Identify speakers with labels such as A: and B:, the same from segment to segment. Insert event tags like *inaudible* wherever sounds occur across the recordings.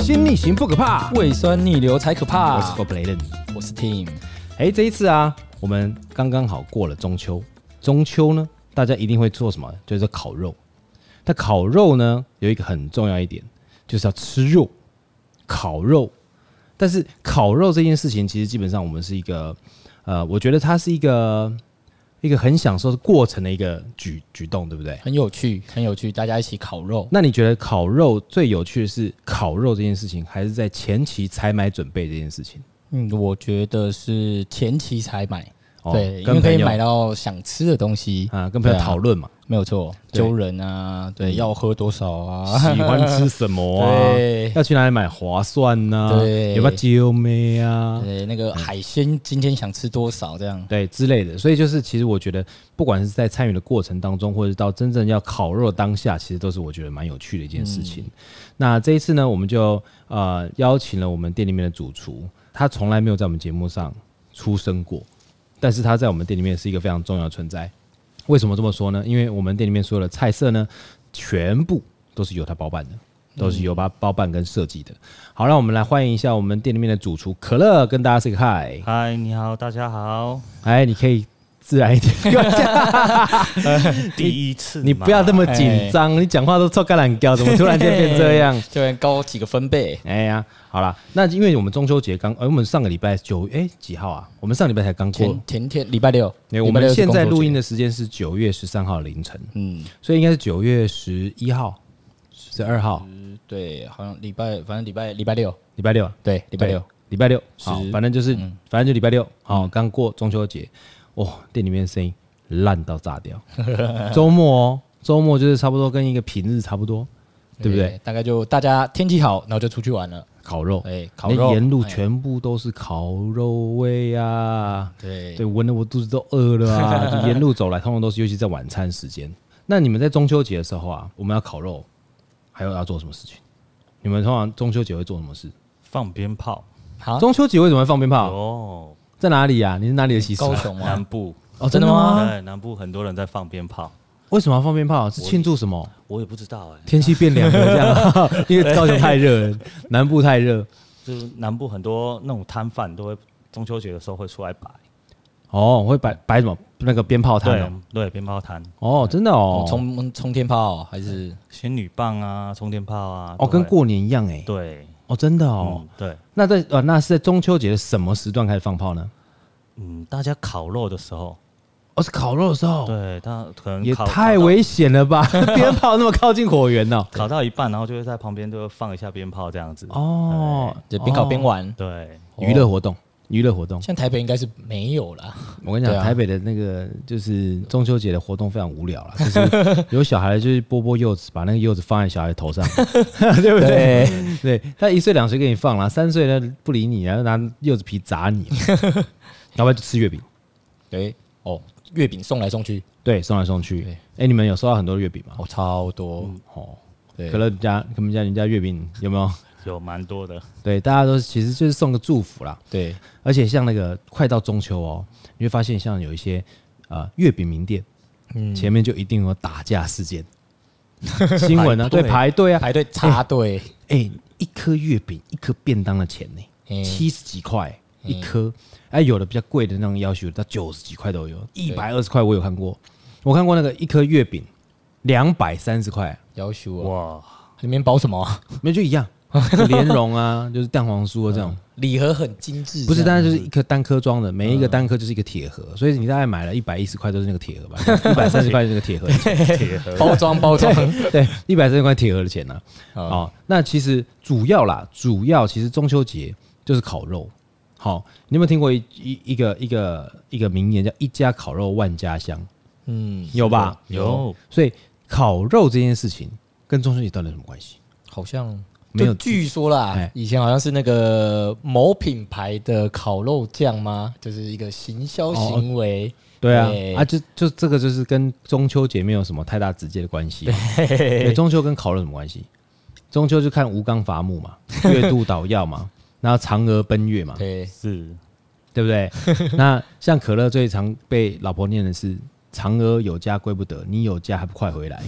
A: 先逆行不可怕。
B: 胃酸逆流才可怕。
A: 我是 For Bladen。
B: 我是 Tim，
A: 哎，这一次啊，我们刚刚好过了中秋。中秋呢，大家一定会做什么？就是烤肉。但烤肉呢，有一个很重要一点，就是要吃肉，烤肉。但是烤肉这件事情，其实基本上我们是一个，呃，我觉得它是一个一个很享受过程的一个举举动，对不对？
B: 很有趣，很有趣，大家一起烤肉。
A: 那你觉得烤肉最有趣的是烤肉这件事情，还是在前期采买准备这件事情？
B: 嗯，我觉得是前期才买，
A: 哦
B: 对，因
A: 跟
B: 为可
A: 朋
B: 以
A: 友
B: 买到想吃的东西，
A: 啊，跟朋友
B: 对啊
A: 讨论嘛，
B: 没有错。
A: 对嗯
B: 揪人啊，对，要喝多少 *laughs* 啊？
A: 喜欢吃什么啊？
B: 对
A: 要去哪里买划算呢、
B: 对
A: 有没有揪妹啊？
B: 对，那个海鲜今天想吃多少这样？
A: 对之类的，所以就是其实我觉得，不管是在参与的过程当中，或者是到真正要烤肉当下，其实都是我觉得蛮有趣的一件事情。那这一次呢，我们就呃邀请了我们店里面的主厨，他从来没有在我们节目上出生过，但是他在我们店里面是一个非常重要的存在。为什么这么说呢？因为我们店里面所有的菜色呢，全部都是由他包办的。都是由他包办跟设计的。好，让我们来欢迎一下我们店里面的主厨可乐，跟大家 say 个 hi。
C: 嗨，你好，大家好。
A: 哎，你可以自然一点，
B: *laughs*
C: 第一次嘛，
A: 你不要这么紧
B: 哎
A: 张，你讲话都臭干懒胶，怎么突然间变这
B: *laughs*
A: 样？
B: 就能高几个分贝。
A: 哎呀，好啦，那因为我们中秋节刚，哎，我们上个礼拜九，哎，几号啊？我们上礼拜才刚过
B: 前。前天礼拜六，
A: 哎我
B: 礼拜
A: 们
B: 六是
A: 现在
B: 工作
A: 录
B: 节
A: 音，的时间是九月十三号凌晨，
B: 嗯，
A: 所以应该是九月十一号、十二号，
B: 对，好像礼拜，反正礼拜礼拜六，
A: 礼拜六啊，
B: 对，礼拜
A: 对
B: 六，，
A: 礼拜六，好，
B: 十嗯
A: 反正就是，反正就礼拜六，好，刚过中秋节，哇，店里面声音烂到炸掉。 *laughs* 周末哦，周末就是差不多跟一个平日差不多，对不对？？
B: 大概就大家天气好，然后就出去玩了。
A: 烤肉，
B: 哎，烤
A: 那
B: 肉，
A: 沿路
B: 哎
A: 全部都是烤肉味啊！
B: 对
A: 对，闻得我肚子都饿了
B: *laughs*
A: 啊！就沿路走来，通常都是，尤其在晚餐时间。那你们在中秋节的时候啊，我们要烤肉，还有要做什么事情？你们通常中秋节会做什么事？
C: 放鞭炮
B: 好，
A: 中秋节为什么会放鞭炮？
C: 哦，
A: 在哪里啊？你是哪里的习俗啊？
B: 高雄
C: 南
B: 吗？
C: 部
A: 哦，
B: 真的吗
C: 对南部很多人在放鞭炮，
A: 为什么要放鞭炮？是庆祝什么？
C: 我也不知道哎，
A: 天气变凉了这样啊？ *laughs* 因为高雄太热了，南部太热。
C: 就是南部很多那种摊贩都会中秋节的时候会出来摆，
A: 哦，会摆摆什么那个鞭炮摊
C: 对
A: 哦？
C: 对，鞭炮摊、
A: 哦，真的哦
B: 哦，冲冲天炮哦还是
C: 仙女棒啊、冲天炮啊，
A: 哦，
C: 都会
A: 跟过年一样哎。
C: 对
A: 哦，真的哦。
C: 哦对，
A: 那在呃，那是在中秋节的什么时段开始放炮呢？
C: 嗯，大家烤肉的时候，
A: 哦，是烤肉的时候，
C: 对，他可能
A: 也
C: 烤
A: 太危险了 *laughs* 吧！鞭炮那么靠近火源哦 *laughs* 呢、
C: 烤到烤到一半，然后就会在旁边就会放一下鞭炮这样子，
A: 哦，
B: 就边烤边玩？
C: 对，
A: 哦娱乐活动，娱乐活动。
B: 像台北应该是没有啦，
A: 我跟你讲，
B: 对啊
A: 台北的那个就是中秋节的活动非常无聊 *laughs* 了，就是有小孩就是剥剥柚子，把那个柚子放在小孩头上， *laughs* 对不 *laughs* 对？对，他一岁两岁给你放了，三岁呢不理你，然后拿柚子皮砸 *laughs* 你，要不然就吃月饼，
B: *laughs* 对，哦，月饼送来送去，
A: 对，送来送去。
B: 对
A: 哎、你们有收到很多月饼吗？
B: 哦，超多，
A: 哦，
B: 对
A: 可，乐家、他们家人家月饼有没有？
C: 有蛮多的，
A: 对，大家都其实就是送个祝福啦。
B: 对，
A: 而且像那个快到中秋哦，你会发现像有一些呃月饼名店，
B: 嗯，
A: 前面就一定有打架事件新闻呢、
C: 排
A: 对，
C: 队
A: 排队啊，
B: 排队插队，
A: *laughs* 哎、一颗月饼一颗便当的钱呢、
B: 嗯
A: 七十几块一颗，哎、有的比较贵的那种要求到九十几块都有，一百二十块我有看过，我看过那个一颗月饼两百三十块，
B: 要求我
C: 哇，
B: 里面包什么 *laughs* 啊？
A: 没就一样，就莲蓉啊， *laughs* 就是蛋黄酥啊这种。
B: 礼盒很精致，
A: 不是，
B: 这样
A: 但是就是一颗单颗装的，每一个单颗就是一个铁盒，所以你大概买了一百一十块都是那个铁 *laughs* 盒吧，一百三十块是那个铁盒的钱，
C: 铁盒
B: 包装包装，
A: *laughs* 对，一百三十块铁盒的钱呢、 *laughs*
B: 嗯
A: 哦，那其实主要啦，主要其实中秋节就是烤肉。好、你有没有听过一一一个一个一个名言叫“一家烤肉万家香
B: 嗯”，，
A: 有吧？
C: 有
A: 所以烤肉这件事情跟中秋节到底有什么关系？
B: 好像。
A: 没有
B: 就据说啦
A: 哎，
B: 以前好像是那个某品牌的烤肉酱吗？就是一个行销行为，
A: 对啊，
B: 对
A: 啊，就就这个就是跟中秋节没有什么太大直接的关系嘛。对，中秋跟烤肉有什么关系？中秋就看吴刚伐木嘛，月渡捣药嘛，然后嫦娥奔月嘛，
B: 对，
C: 是
A: *laughs* 对不对？那像可乐最常被老婆念的是嫦娥有家归不得，你有家还不快回 *laughs* 来，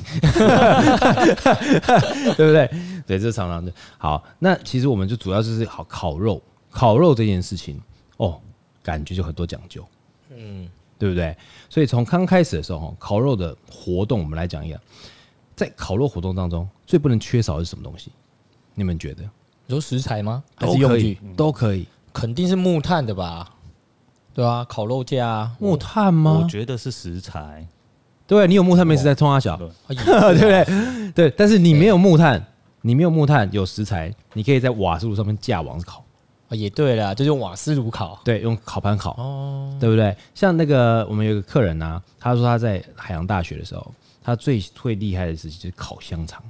A: 对不对？对，这是常常的。好，那其实我们就主要就是好烤肉，烤肉这件事情哦，感觉就很多讲究，嗯，对不对？所以从刚开始的时候，哦烤肉的活动我们来讲一下，在烤肉活动当中最不能缺少的是什么东西？你们觉得？
B: 你说食材吗？还
A: 都
B: 是用
A: 可以嗯
B: 具？，
A: 都可以。
B: 肯定是木炭的吧？对啊，烤肉架啊，
A: 木炭
C: 我
A: 吗？
C: 觉得是食材，
A: 对，你有木炭没食材，冲他小，
C: 对
A: *laughs*
B: 啊也
A: 对不对？对，但是你没有木炭，你没有木炭，有食材，你可以在瓦斯炉上面架网子烤，
B: 啊也对啦，就用瓦斯炉烤。
A: 对，用烤盘烤，对不对？像那个我们有一个客人啊，他说他在海洋大学的时候，他最最厉害的事情就是烤香肠，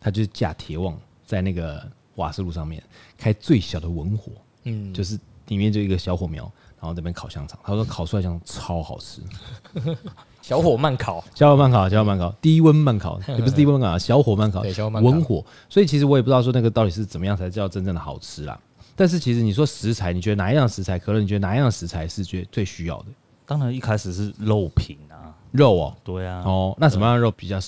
A: 他就是架铁网在那个瓦斯炉上面开最小的文火，
B: 嗯，
A: 就是里面就一个小火苗，然后这边烤香肠，他说烤出来香肠超好吃。
B: 小火慢烤。
A: 小火慢烤，小火慢烤，低温慢烤，也不是低温慢烤啊，小火慢烤，
B: 对小火慢烤
A: 文火。所以其实我也不知道说那个到底是怎么样才叫真正的好吃啦。但是其实你说食材，你觉得哪一样食材？可乐，你觉得哪一样食材是觉得最需要的？
C: 当然一开始是肉品啊，
A: 肉哦，
C: 对啊，
A: 哦，那什么样的肉比较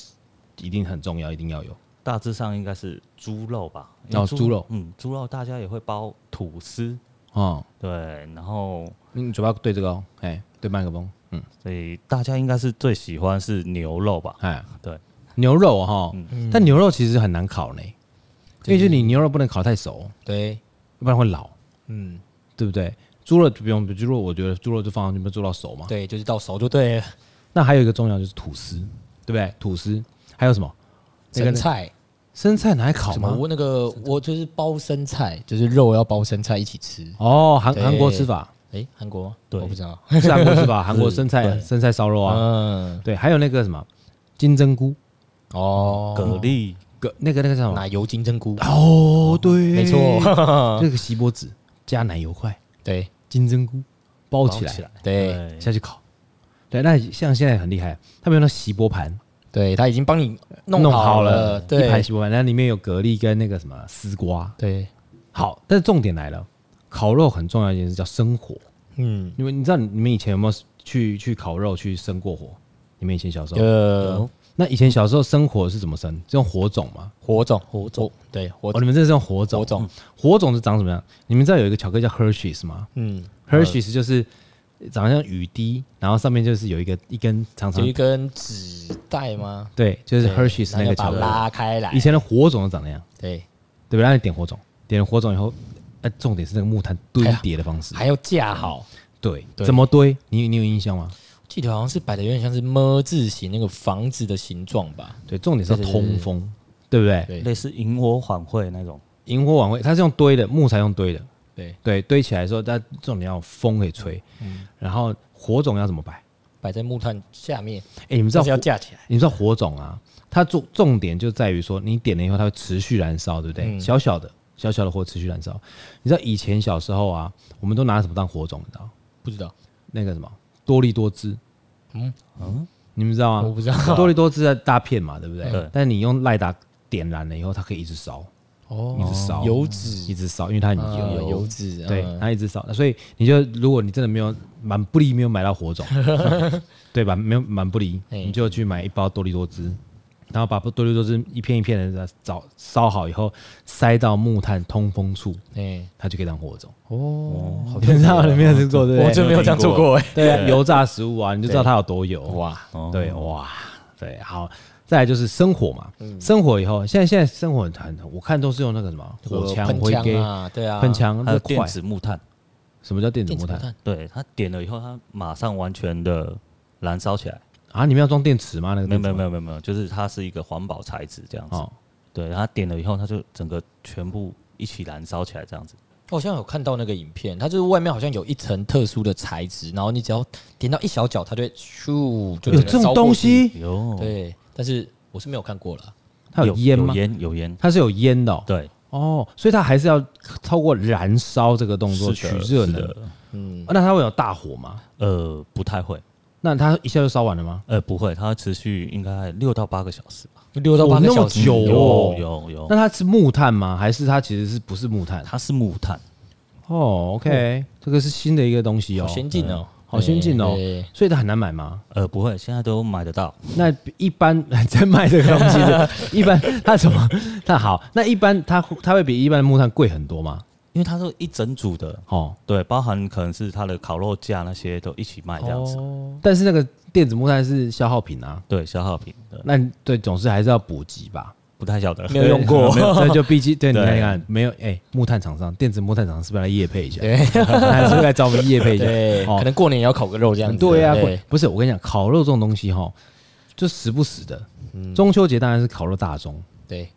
A: 一定很重要，一定要有？
C: 大致上应该是猪肉吧。
A: 哦
C: 因为
A: 猪肉
C: 嗯，猪肉大家也会包吐司，
A: 哦，
C: 对，然后
A: 你嘴巴对这个哦，哎，对麦克风，嗯，
C: 所以大家应该是最喜欢是牛肉吧？
A: 哎，
C: 对，
A: 牛肉哈、哦，但牛肉其实很难烤呢，因为就你牛肉不能烤太熟，
B: 对，
A: 要不然会老，
B: 嗯，
A: 对不对？猪肉就不用，猪肉我觉得猪肉就放上去，不做到熟嘛。
B: 对，就是到熟就对了。
A: 那还有一个重要就是吐司，对不对？吐司还有什么？那个
B: 生菜
A: 生菜拿来烤
B: 什么？
A: 吗？
B: 我那个我就是包生菜，就是肉要包生菜一起吃。
A: 哦，韩
B: 对
A: 韩国吃法
B: 诶，韩国吗？
C: 对
B: 我不知道。
A: 是韩国吃
B: *laughs*
A: 法，韩国生菜生菜烧肉啊，
B: 嗯，
A: 对，还有那个什么金针菇，
B: 哦，
C: 蛤蜊，
A: 个那个那个叫什么？
B: 奶油金针菇，
A: 哦，对，
B: 没错，
A: *laughs* 这个锡箔纸加奶油块，
B: 对
A: 金针菇包起
C: 包起来
A: 来
B: 对
A: 下去烤。对，那像现在很厉害，他们用那锡箔盘
B: 对，他已经帮你弄
A: 弄
B: 好
A: 了，一盘
B: 对
A: 锡箔盘，然后里面有蛤蜊跟那个什么丝瓜。
B: 对，
A: 好，但是重点来了，烤肉很重要一件事叫生火。
B: 嗯，
A: 因为你知道你们以前有没有去去烤肉去生过火？你们以前小时候，
B: 呃，
A: 那以前小时候生火是怎么生？是用火种吗？
B: 火种，火种，对，火
A: 哦，你们这是用火种。
B: 火种，
A: 火种是长什么样？你们知道有一个巧克力叫 Hershey's 吗
B: 嗯，
A: ？Hershey's 就是长得像雨滴，然后上面就是有一个一根长长
B: 就一，根纸带吗？
A: 对，就是
B: 对
A: Hershey's 那
B: 然后
A: 个巧克
B: 就把它
A: 力。
B: 拉开来
A: 以，前的火种是长那样，
B: 对，
A: 对不对？那你点火种，点了火种以后，那重点是那个木炭堆叠的方式。
B: 还要架好。
A: 对，
B: 对
A: 怎么堆？你你有印象吗？
B: 记得好像是摆的有点像是么字形那个房子的形状吧？
A: 对，重点是要
B: 对对对
A: 通风，对不对？
B: 对
C: 类似萤火晚会那种，
A: 萤火晚会，它是用堆的，木材用堆的，
B: 对，
A: 对，堆起来的时候，但重点要有风可以吹，
B: 嗯
A: 然后火种要怎么摆？
B: 摆在木炭下面，
A: 哎、你们知道
B: 但是要
A: 火，
B: 架起来。
A: 你们知道火种啊，它重重点就在于说，你点了以后，它会持续燃烧，对不
B: 嗯
A: 对？小小的小小的火持续燃烧。你知道以前小时候啊，我们都拿什么当火种？你知道
B: 不知道，
A: 那个什么多利多汁？嗯嗯你们知道吗？
B: 嗯我不知道
A: 多利多汁的大片嘛，对不对？
C: 对
A: 但你用赖达点燃了以后，它可以一直烧，
B: 哦
A: 一直烧
B: 油
A: 一
B: 脂，
A: 直烧，因为它很油。
B: 啊油脂，
A: 对，
B: 嗯
A: 它一直少，所以你就如果你真的没有满不离没有买到
B: *laughs*
A: 火种，对吧？没有满不离，
B: 嘿
A: 你就去买一包多利多汁，然后把多利多汁一片一片的找烧好以后，塞到木炭通风处，
B: 哎，
A: 它就可以当火种。
B: 哦，
A: *laughs*
B: 好
A: 你知道你没有吃过对不
B: 我
A: 对？
B: 真没有这样做过哎。
A: 对啊，油炸食物啊，你就知道它有多油哇！
C: 哦
A: 对哇，对，好。再来就是生火嘛，
B: 嗯
A: 生火以后，现在现在生火很很，我看都是用那个什么火枪、
B: 喷
A: 灰
B: 枪
A: 给
B: 啊，对啊，
A: 喷枪，
C: 还
A: 哦那
C: 有
A: 快
C: 电。子木炭，
A: 什么叫电子
B: 电子
A: 木
B: 木
A: 炭？
B: 炭，
C: 对，它点了以后，它马上完全的燃烧起来。
A: 啊，你们要装电池吗？那个
C: 没有没有没
A: 有
C: 有没有没有，就是它是一个环保材质这样子。
A: 哦，
C: 对，它点了以后，它就整个全部一起燃烧起来这样子。
B: 我好像有看到那个影片，它就是外面好像有一层特殊的材质，然后你只要点到一小角，它就会咻，就
A: 有
B: 整个
A: 这种
B: 烧过
A: 东
B: 去。
A: 西？哦
C: 有
B: 对，但是我是没有看过了。
A: 它有烟吗
C: 有？烟有烟，
A: 它是有烟的哦
C: 对，
A: 哦，所以它还是要透过燃烧这个动作取
C: 是的
A: 热
C: 是
A: 能。哦
C: 的
B: 嗯，
A: 那它会有大火吗？
C: 呃，不太会，
A: 那它一下就烧完了吗？
C: 呃，不会，它持续应该六到八个小时吧。
B: 六到
A: 哦
B: 八个
A: 那么
B: 小时
A: 久哦
C: 有有有，
A: 那它是木炭吗？还是它其实是不是木炭？
C: 它是木炭，
A: 哦，OK，这个是新的一个东西
B: 哦好
A: 哦。
B: 先进哦。
A: 好先进哦
B: 对，
A: 所以它很难买吗？
C: 呃，不会，现在都买得到。
A: 那一般 *laughs* 在卖这个东西
B: *laughs*
A: 的，一般它什么？它好，那一般它它会比一般的木炭贵很多吗？
C: 因为它都一整组的，
A: 哦，
C: 对，包含可能是它的烤肉架那些都一起卖这样子，
B: 哦
A: 但是那个电子木炭是消耗品啊，
C: 对，消耗品的，
A: 那对总是还是要补给吧。
C: 不太晓得。
B: 没有用过
A: *laughs*
B: *laughs*
A: 对没有，这就毕竟对你
C: 对
A: 看看没有哎、木炭厂商电子木炭厂商是不是来业配一下？ *laughs*
B: 对
A: 还是不是来找我们业配一下？
B: *laughs* 对，可能过年也要烤个肉这样子。
A: 哦对啊，
B: 对
A: 不是我跟你讲，烤肉这种东西哈，就时不时的。
B: 嗯
A: 中秋节当然是烤肉大宗，
B: 对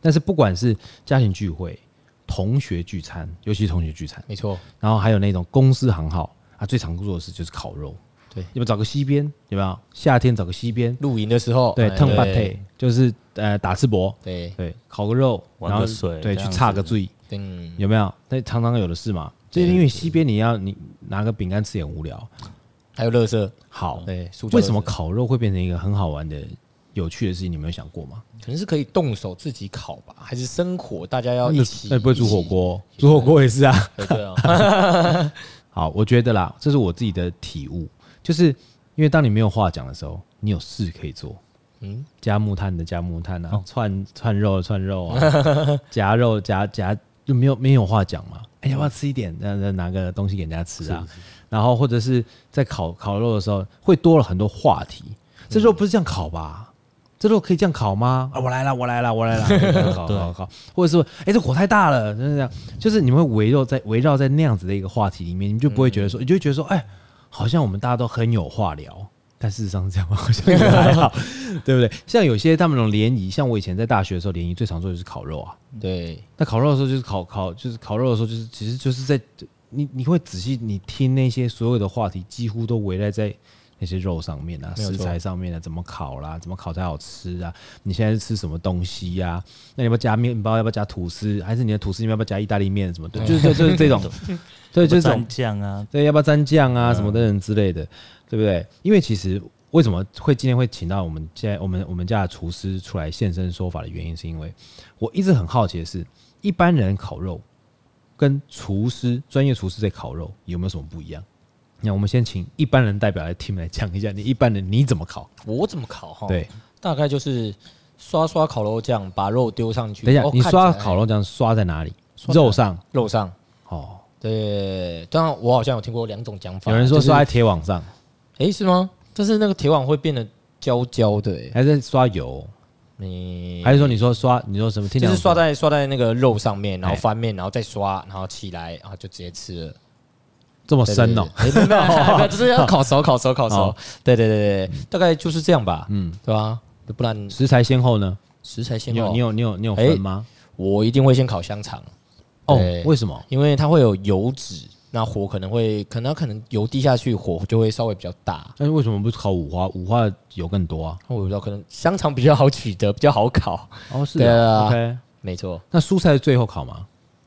A: 但是不管是家庭聚会、同学聚餐，尤其是同学聚餐，
B: 没错，
A: 然后还有那种公司行号啊，最常做的事就是烤肉。
B: 对
A: 要不找个溪边，有没有？夏天找个溪边，
B: 露营的时候，
A: 对，
B: 哎
A: 烫巴腿就是呃打赤膊，
B: 对，
A: 对，烤个肉，
C: 玩
A: 然后
C: 个水
A: 对，
C: 这
A: 去
C: 样
A: 插
C: 子
A: 个醉，
B: 嗯，
A: 有没有？那常常有的是嘛，就是因为溪边你要你拿个饼干吃也很无聊。
B: 还有乐色，
A: 好，
B: 对，塑胶
A: 哦为
B: 垃圾
A: 什么烤肉会变成一个很好玩的、有趣的事情？你没有想过吗？
B: 可能是可以动手自己烤吧，还是生火大家哦要一起？
A: 那你不会煮火锅？煮火锅也是啊。
B: 一起？对
A: *laughs*
B: 啊，
A: 好，我觉得啦，这是我自己的体悟，就是因为当你没有话讲的时候，你有事可以做。
B: 嗯，哦
A: 加木炭的加木炭啊，串串肉的串肉啊，
B: *laughs*
A: 夹肉夹夹就没有没有话讲嘛。哎、要不要吃一点？那那拿个东西给人家吃啊。然后或者是在烤烤肉的时候，会多了很多话题。这肉不是这样烤吧？这肉可以这样烤吗？啊，我来了，我来了，我来 *laughs* 了，烤烤烤，或者是哎、这火太大了，就是这样，就是你们会围绕在围绕在那样子的一个话题里面，你就不会觉得说，你就会觉得说，哎、好像我们大家都很有话聊，但事实上是这样吗？ *laughs* 好像也还好，对不对？像有些他们那种联谊，像我以前在大学的时候，联谊最常做的就是烤肉啊。
B: 对，
A: 那烤肉的时候就是烤烤，就是烤肉的时候就是其实就是在你你会仔细你听那些所有的话题，几乎都围绕在那些肉上面啊、
B: 没有
A: 食
B: 错
A: 材上面啊，怎么烤啦，怎么烤才好吃啊？你现在是吃什么东西呀、那你要不要加面包？要不要加吐司？还是你的吐司里面要不要加意大利面什么的？就是就是就是
B: *laughs*
A: 这种，对，就是这种
C: 蘸酱啊，
A: 对，要不要蘸酱啊什么等等之类的，对不对？因为其实为什么会今天会请到我们现在我们我们家的厨师出来现身说法的原因，是因为我一直很好奇的是，一般人烤肉跟厨师专业厨师在烤肉有没有什么不一样？那我们先请一般人代表来 team 来讲一下，你一般人你怎么烤？哦
B: 我怎么烤哈？
A: 对，
B: 大概就是刷刷烤肉酱，把肉丢上去。
A: 等一下
B: 哦，
A: 你
B: 看
A: 刷
B: 起来
A: 烤肉酱刷在哪里？
B: 刷在
A: 肉上
B: 肉上，
A: 哦，
B: 对，当然我好像有听过两种讲法，
A: 有人说
B: 就是
A: 刷在铁网上，
B: 诶，是吗？就是那个铁网会变得焦焦的、欸，
A: 还是刷油，
B: 你
A: 还是说你说刷你说什么？听
B: 就是
A: 两
B: 刷在刷在那个肉上面，然后
A: 哎
B: 翻面，然后再刷，然后起来，然后就直接吃了。
A: 这么
B: 对
A: 深哦，，
B: 对对诶没有
A: *laughs*
B: 没有没有，就是要烤熟烤熟烤熟
A: 哦。
B: 对对对对，大概就是这样吧，
A: 嗯，
B: 对吧？不然
A: 食材先后呢？
B: 食材先
A: 你有
B: 烤
A: 你有你有你有
B: 哎
A: 分吗？
B: 我一定会先烤香肠，
A: 哦
B: 对，
A: 为什么？
B: 因为它会有油脂，那火可能会，可能它可能油滴下去，火就会稍微比较大。
A: 但是为什么不是烤五花？五花油更多啊。
B: 那我也不知道，可能香肠比较好取得，比较好烤。
A: 哦，是
B: 啊对啊
A: OK，
B: 没错，
A: 那蔬菜是最后烤吗？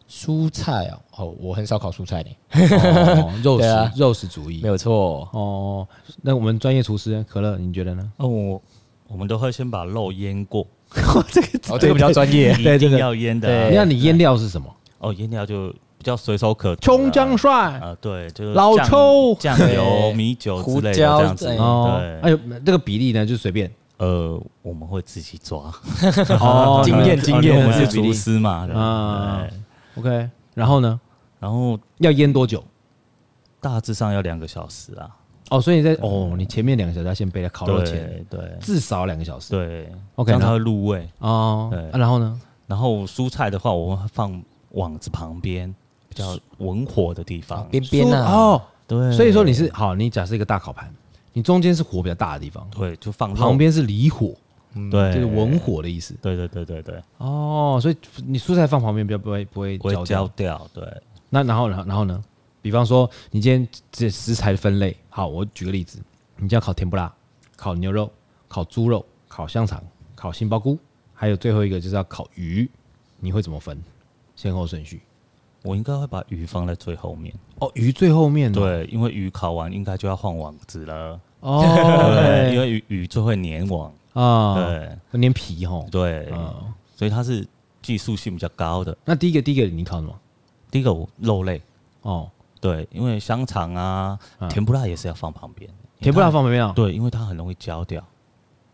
B: 蔬菜哦，哦，我很少烤蔬菜呢。
A: 哦，肉
B: 对啊
A: 食肉食主义
B: 没。有错，
A: 哦，那我们专业厨师可乐，你觉得呢？
C: 哦，我我们都会先把肉腌过，
B: 哦，这个比较专业。
C: 一
A: 这
C: 定
A: 个
C: 要腌的啊、
A: *laughs*
B: 对
A: 那你腌料是什么？
C: 哦，腌料就比较随手可得啊
A: 葱姜蒜
C: 啊、对，就是
A: 老
C: 酱
A: 抽
C: 酱
B: 对
C: 油、米酒之
B: 胡
C: 类的这
B: 椒
C: 样子。
B: 对
A: 哦，哎
C: 对，
A: 呦，这个比例呢就随便。
C: 呃，我们会自己抓，
A: 哦
B: *laughs* 经
C: *laughs*
B: 验经
C: 因
B: 验
C: 为我们是
B: 比例
C: 厨师嘛。对
A: 啊
C: 对
A: OK，然后呢，
C: 然后
A: 要腌多久？
C: 大致上要两个小时啊，
A: 哦，所以你在哦，你前面两个小时要先备在烤肉前，
C: 对对
A: 至少两个小时。
C: 对
A: OK，
C: 这样才
A: 那
C: 会入味。
A: 哦
C: 对，
A: 啊然后呢？
C: 然后蔬菜的话，我会放网子旁边比较文火的地方。
B: 边边
A: 蔬
B: *laughs* 啊，
A: 哦，
C: 对，
A: 所以说你是好，你假设一个大烤盘，你中间是火比较大的地方，
C: 对就放肉
A: 旁，边嗯是离火，
C: 对，
A: 就是文。火的意思。
C: 对对对对对，
A: 哦，所以你蔬菜放旁边，不要不会不会
C: 不会
A: 焦
C: 焦
A: 掉。
C: 掉。对，
A: 那然后然后然后呢？比方说你今天这食材的分类，好，我举个例子，你就要烤甜不辣、烤牛肉、烤猪肉、烤香肠、烤杏鲍菇，还有最后一个就是要烤鱼，你会怎么分？先后顺序？
C: 我应该会把鱼放在最后面。
A: 哦，鱼最后面哦
C: 对，因为鱼烤完应该就要换网子了。 *laughs* 对，因
A: 哦，
C: 为鱼鱼就会粘网。
A: 啊，
C: 对
A: 有点皮哦。
C: 对，
A: 嗯
C: 所以它是技术性比较高的。
A: 那第一个第一个你烤什么？
C: 第一个我肉类，
A: 哦，
C: 对，因为香肠啊
A: 嗯、
C: 甜不辣也是要放旁边，
A: 甜不辣放旁边啊？
C: 对，因为它很容易焦掉。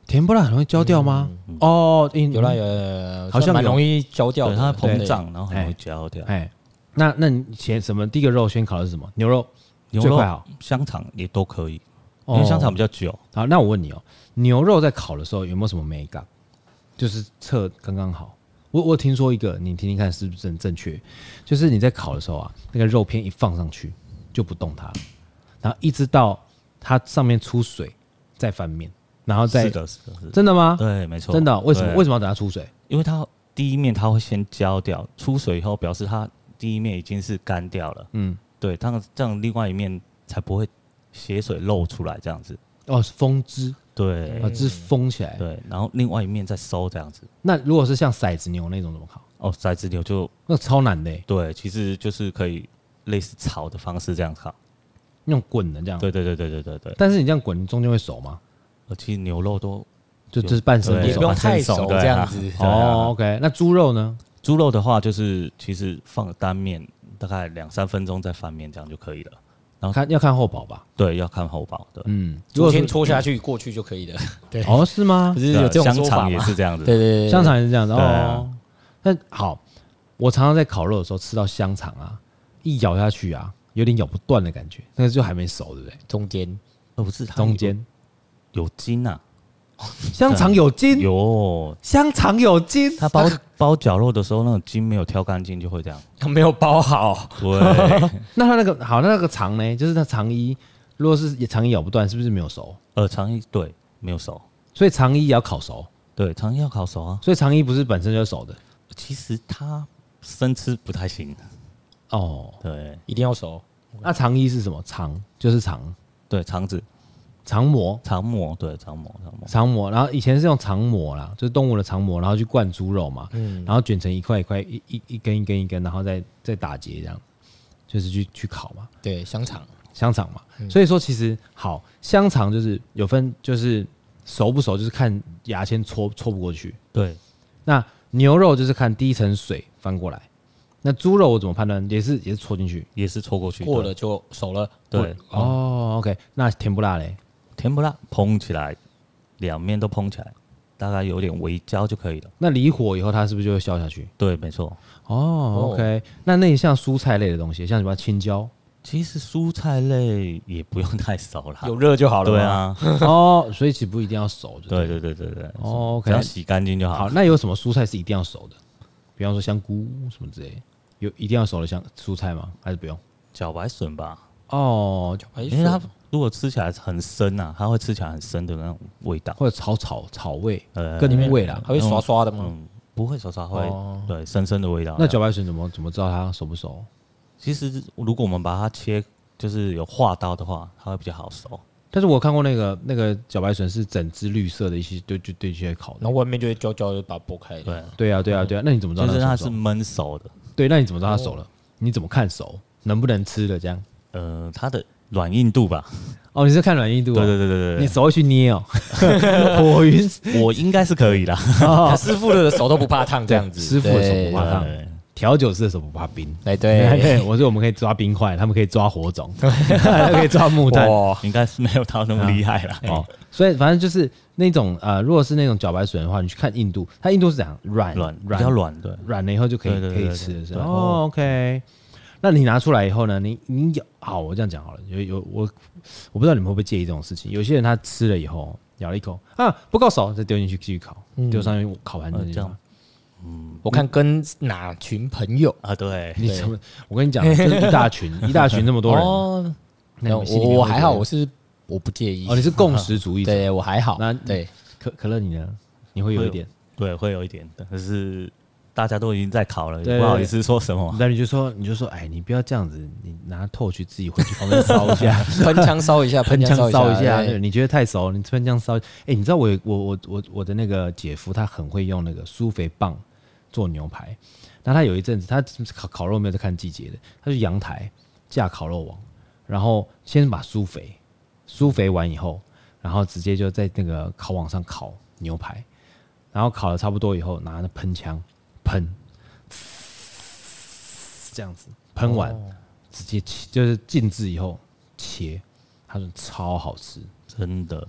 A: 甜不辣很容易焦掉吗？
C: 嗯
A: 哦，因
B: 有啦有啦，有啦
A: 好像
B: 蛮
A: 有
B: 容易焦掉
C: 对，
B: 的，
C: 它
B: 对
C: 膨胀，然后很容易
A: 哎
C: 焦掉。
A: 哎，那那你前什么第一个肉先烤的是什么？牛肉。
C: 牛
A: 最
C: 肉
A: 快啊好、
C: 香肠也都可以，因为香肠比较久。
A: 好，那我问你哦，牛肉在烤的时候有没有什么美感？就是测刚刚好。我我听说一个，你听听看是不是正正确？就是你在烤的时候啊，那个肉片一放上去就不动它了，然后一直到它上面出水再翻面，然后再
C: 是的，是的，是的。
A: 真的吗？
C: 对，没错。
A: 真的哦、为什么
C: 对
A: 为什么要等它出水？
C: 因为它第一面它会先焦掉，出水以后表示它第一面已经是干掉了。
A: 嗯，
C: 对，这样这样另外一面才不会血水漏出来这样子。
A: 哦，是风汁
C: 对
A: 啊，汁封起来。
C: 嗯对，然后另外一面再收这样子。
A: 那如果是像骰子牛那种怎么烤？
C: 哦，骰子牛就
A: 那超难的欸，
C: 对，其实就是可以类似炒的方式这样烤。
A: 那种滚的这
B: 嗯
A: 样。
C: 对对对对对对对。
A: 但是你这样滚，你中间会熟吗？
C: 呃，其实牛肉都
A: 就
C: 有
A: 就是半生
C: 对
A: 不
B: 也
A: 熟
B: 不。用
C: 半生
B: 太
C: 熟
B: 熟
C: 对啊
B: 这样子
C: 对啊
A: 哦，OK，那猪肉呢？
C: 猪肉的话，就是其实放单面大概两三分钟再翻面，这样就可以了。
A: 看要看厚薄吧。
C: 对，要看厚薄。对，
A: 嗯，如
B: 昨
A: 果是
B: 天戳下去过去就可以了。对，
A: 哦是吗
B: 不？是
C: 对
B: 有这种
C: 香
B: 说法
C: 肠也
B: 吗？
C: 是这样
B: *laughs*
C: 子。
B: 对对对，对
A: 香肠也是这样子
C: 对
A: 哦
C: 啊。
A: 那好，我常常在烤肉的时候吃到香肠啊，一咬下去啊，有点咬不断的感觉，那个就还没熟，对不对？
B: 中间 *laughs*
C: 哦，不是它
A: 中间
C: 有有筋啊，
A: 香肠有筋，
C: 有
A: 香肠有筋，
C: 它包包绞肉的时候，那种筋没有挑干净就
B: *laughs*
C: 会这样。
B: 没有包好，
C: 对，
A: 那它那个好，那那个肠呢？就是它肠衣，如果是肠衣咬不断，是不是没有熟？
C: 呃，肠衣对没有熟，
A: 所以肠衣也要烤熟，
C: 对，肠衣要烤熟啊。
A: 所以肠衣不是本身就熟的
C: 其实它生吃不太行。
A: 哦。
C: 对
B: 一定要熟。
A: 那肠衣是什么？肠就是肠，
C: 对，肠子
A: 肠膜，
C: 肠膜，对肠膜肠膜，
A: 肠膜，然后以前是用肠膜啦，就是动物的肠膜，然后去灌猪肉嘛，
B: 嗯
A: 然后卷成一块一块一一一根一根一根，然后再再打结这样，就是去去烤嘛，
B: 对，香肠
A: 香肠嘛。所以说其实好香肠就是有分，就是熟不熟就是看牙签戳戳不过去。
C: 对，
A: 那牛肉就是看第一层水翻过来，那猪肉我怎么判断？也是也是戳进去。
C: 也是戳过去
B: 过
C: 对
B: 了就熟了。
C: 对，
A: 哦，OK，那甜不辣嘞？
C: 甜不辣烹起来，两面都烹起来，大概有点微焦就可以了。
A: 那离火以后它是不是就会消下去？
C: 对，没错。
A: 哦，OK，那那像蔬菜类的东西，像什么青
C: *laughs*
A: 椒，
C: 其实蔬菜类也不用太熟啦，
B: 有热就好了。
C: 对，啊，
A: 哦，所以其实不一定要熟，就
C: 对
A: 了
C: 对对对对，
A: 哦，OK
C: 只要啊洗干净就好
A: 好，。那有什么蔬菜是一定要熟的？比方说香菇什么之类的，有一定要熟的香蔬菜吗？还是不用？
C: 茭白笋吧，
A: 哦，
B: 哎，
C: 因为它如果吃起来很生啊，它会吃起来很生的那种味道，
A: 或者炒炒炒味、
C: 呃，
A: 跟味啦。
B: 还会刷刷的吗？
C: 嗯，不会手刷会
A: 哦
C: 对生生的味道。
A: 那茭白笋怎么怎么知道它熟不熟？
C: 其实如果我们把它切，就是有划刀的话，它会比较好熟。
A: 但是我看过那个那个茭白笋是整只绿色的一些，对对对，一些烤
B: 然
A: 的。
B: 后外面就会焦焦的把它剥开。
C: 对，
A: 对啊对啊对啊，那你怎么知道
C: 就是
A: 它
C: 它
A: 熟
C: 是哦
A: 不熟？
C: 焖熟的，
A: 对，那你怎么知道它熟了？你怎么看熟？能不能吃的这样？
C: 呃，它的软硬度吧。
A: 哦，你是看软硬度、哦？
C: *laughs* 对对对 *laughs* 对对，
A: 你手会去捏
C: *laughs*
A: 哦，火云
C: 我应该是可以啦。
B: 他啊师傅的手都不怕烫，这样子。
A: 对师傅的手不怕
B: 对
A: 烫
C: *laughs* *laughs* 对
A: 调酒师的手不怕冰。
B: 哎，对，
A: 我说我们可以抓冰块，他们可以抓火
C: *laughs*
A: 种，他可以抓木
C: 哦
A: 炭。
B: 哇，
C: 应该是没有到那么厉害 *laughs* 啦。
A: 哦，所以反正就是那种呃，如果是那种茭白笋的话，你去看印度，它印度是怎样软
C: 软比较
A: 软
C: 哎软的，
A: 软了以后就可以
C: 对对对
A: 可以吃
C: 对
A: 了，是
C: 对
A: 吧哦，OK。那你拿出来以后呢？你你咬好，我这样讲好了。有有我我不知道你们会不会介意这种事情。有些人他吃了以后咬了一口啊不够熟，再丢进去继续烤，丢上去烤盘
C: 呃
A: 进去
C: 这
A: 烤
C: 样。
B: 我看跟哪群朋友
C: 啊，对，
A: 你怎么？我跟你讲，就是一大群一大群那么多人，啊
B: 哦，
A: 那你
B: 我
A: 们心里面
B: 我
A: 会
B: 还
A: 觉
B: 好，
A: 得
B: 我是我不介意
A: 哦，。你
B: *laughs*
A: 是共识主义者。
B: 对我还好
A: 那，
B: 对，
A: 可可乐，你呢？你会有一点，
C: 对，会有一点，但是大家都已经在考了，
A: 对
C: 也不好意思说什么。
A: 那你就说，你就说，哎，你不要这样子，你拿透去自己回去旁边烧一下，
B: 喷枪
A: *laughs*
B: 烧一下，
A: 喷枪烧
B: 烧
A: 一下。对
B: 对
A: 你觉得太熟，你喷枪烧。哎，你知道我有我我我我的那个姐夫，他很会用那个苏肥棒做牛排。那他有一阵子，他烤烤肉没有在看季节的，他去阳台架烤肉网，然后先把苏肥苏肥完以后，然后直接就在那个烤网上烤牛排，然后烤的差不多以后，拿那喷枪喷，这样子喷完，直接切，就是静置以后切，他说超好吃，
C: 真的，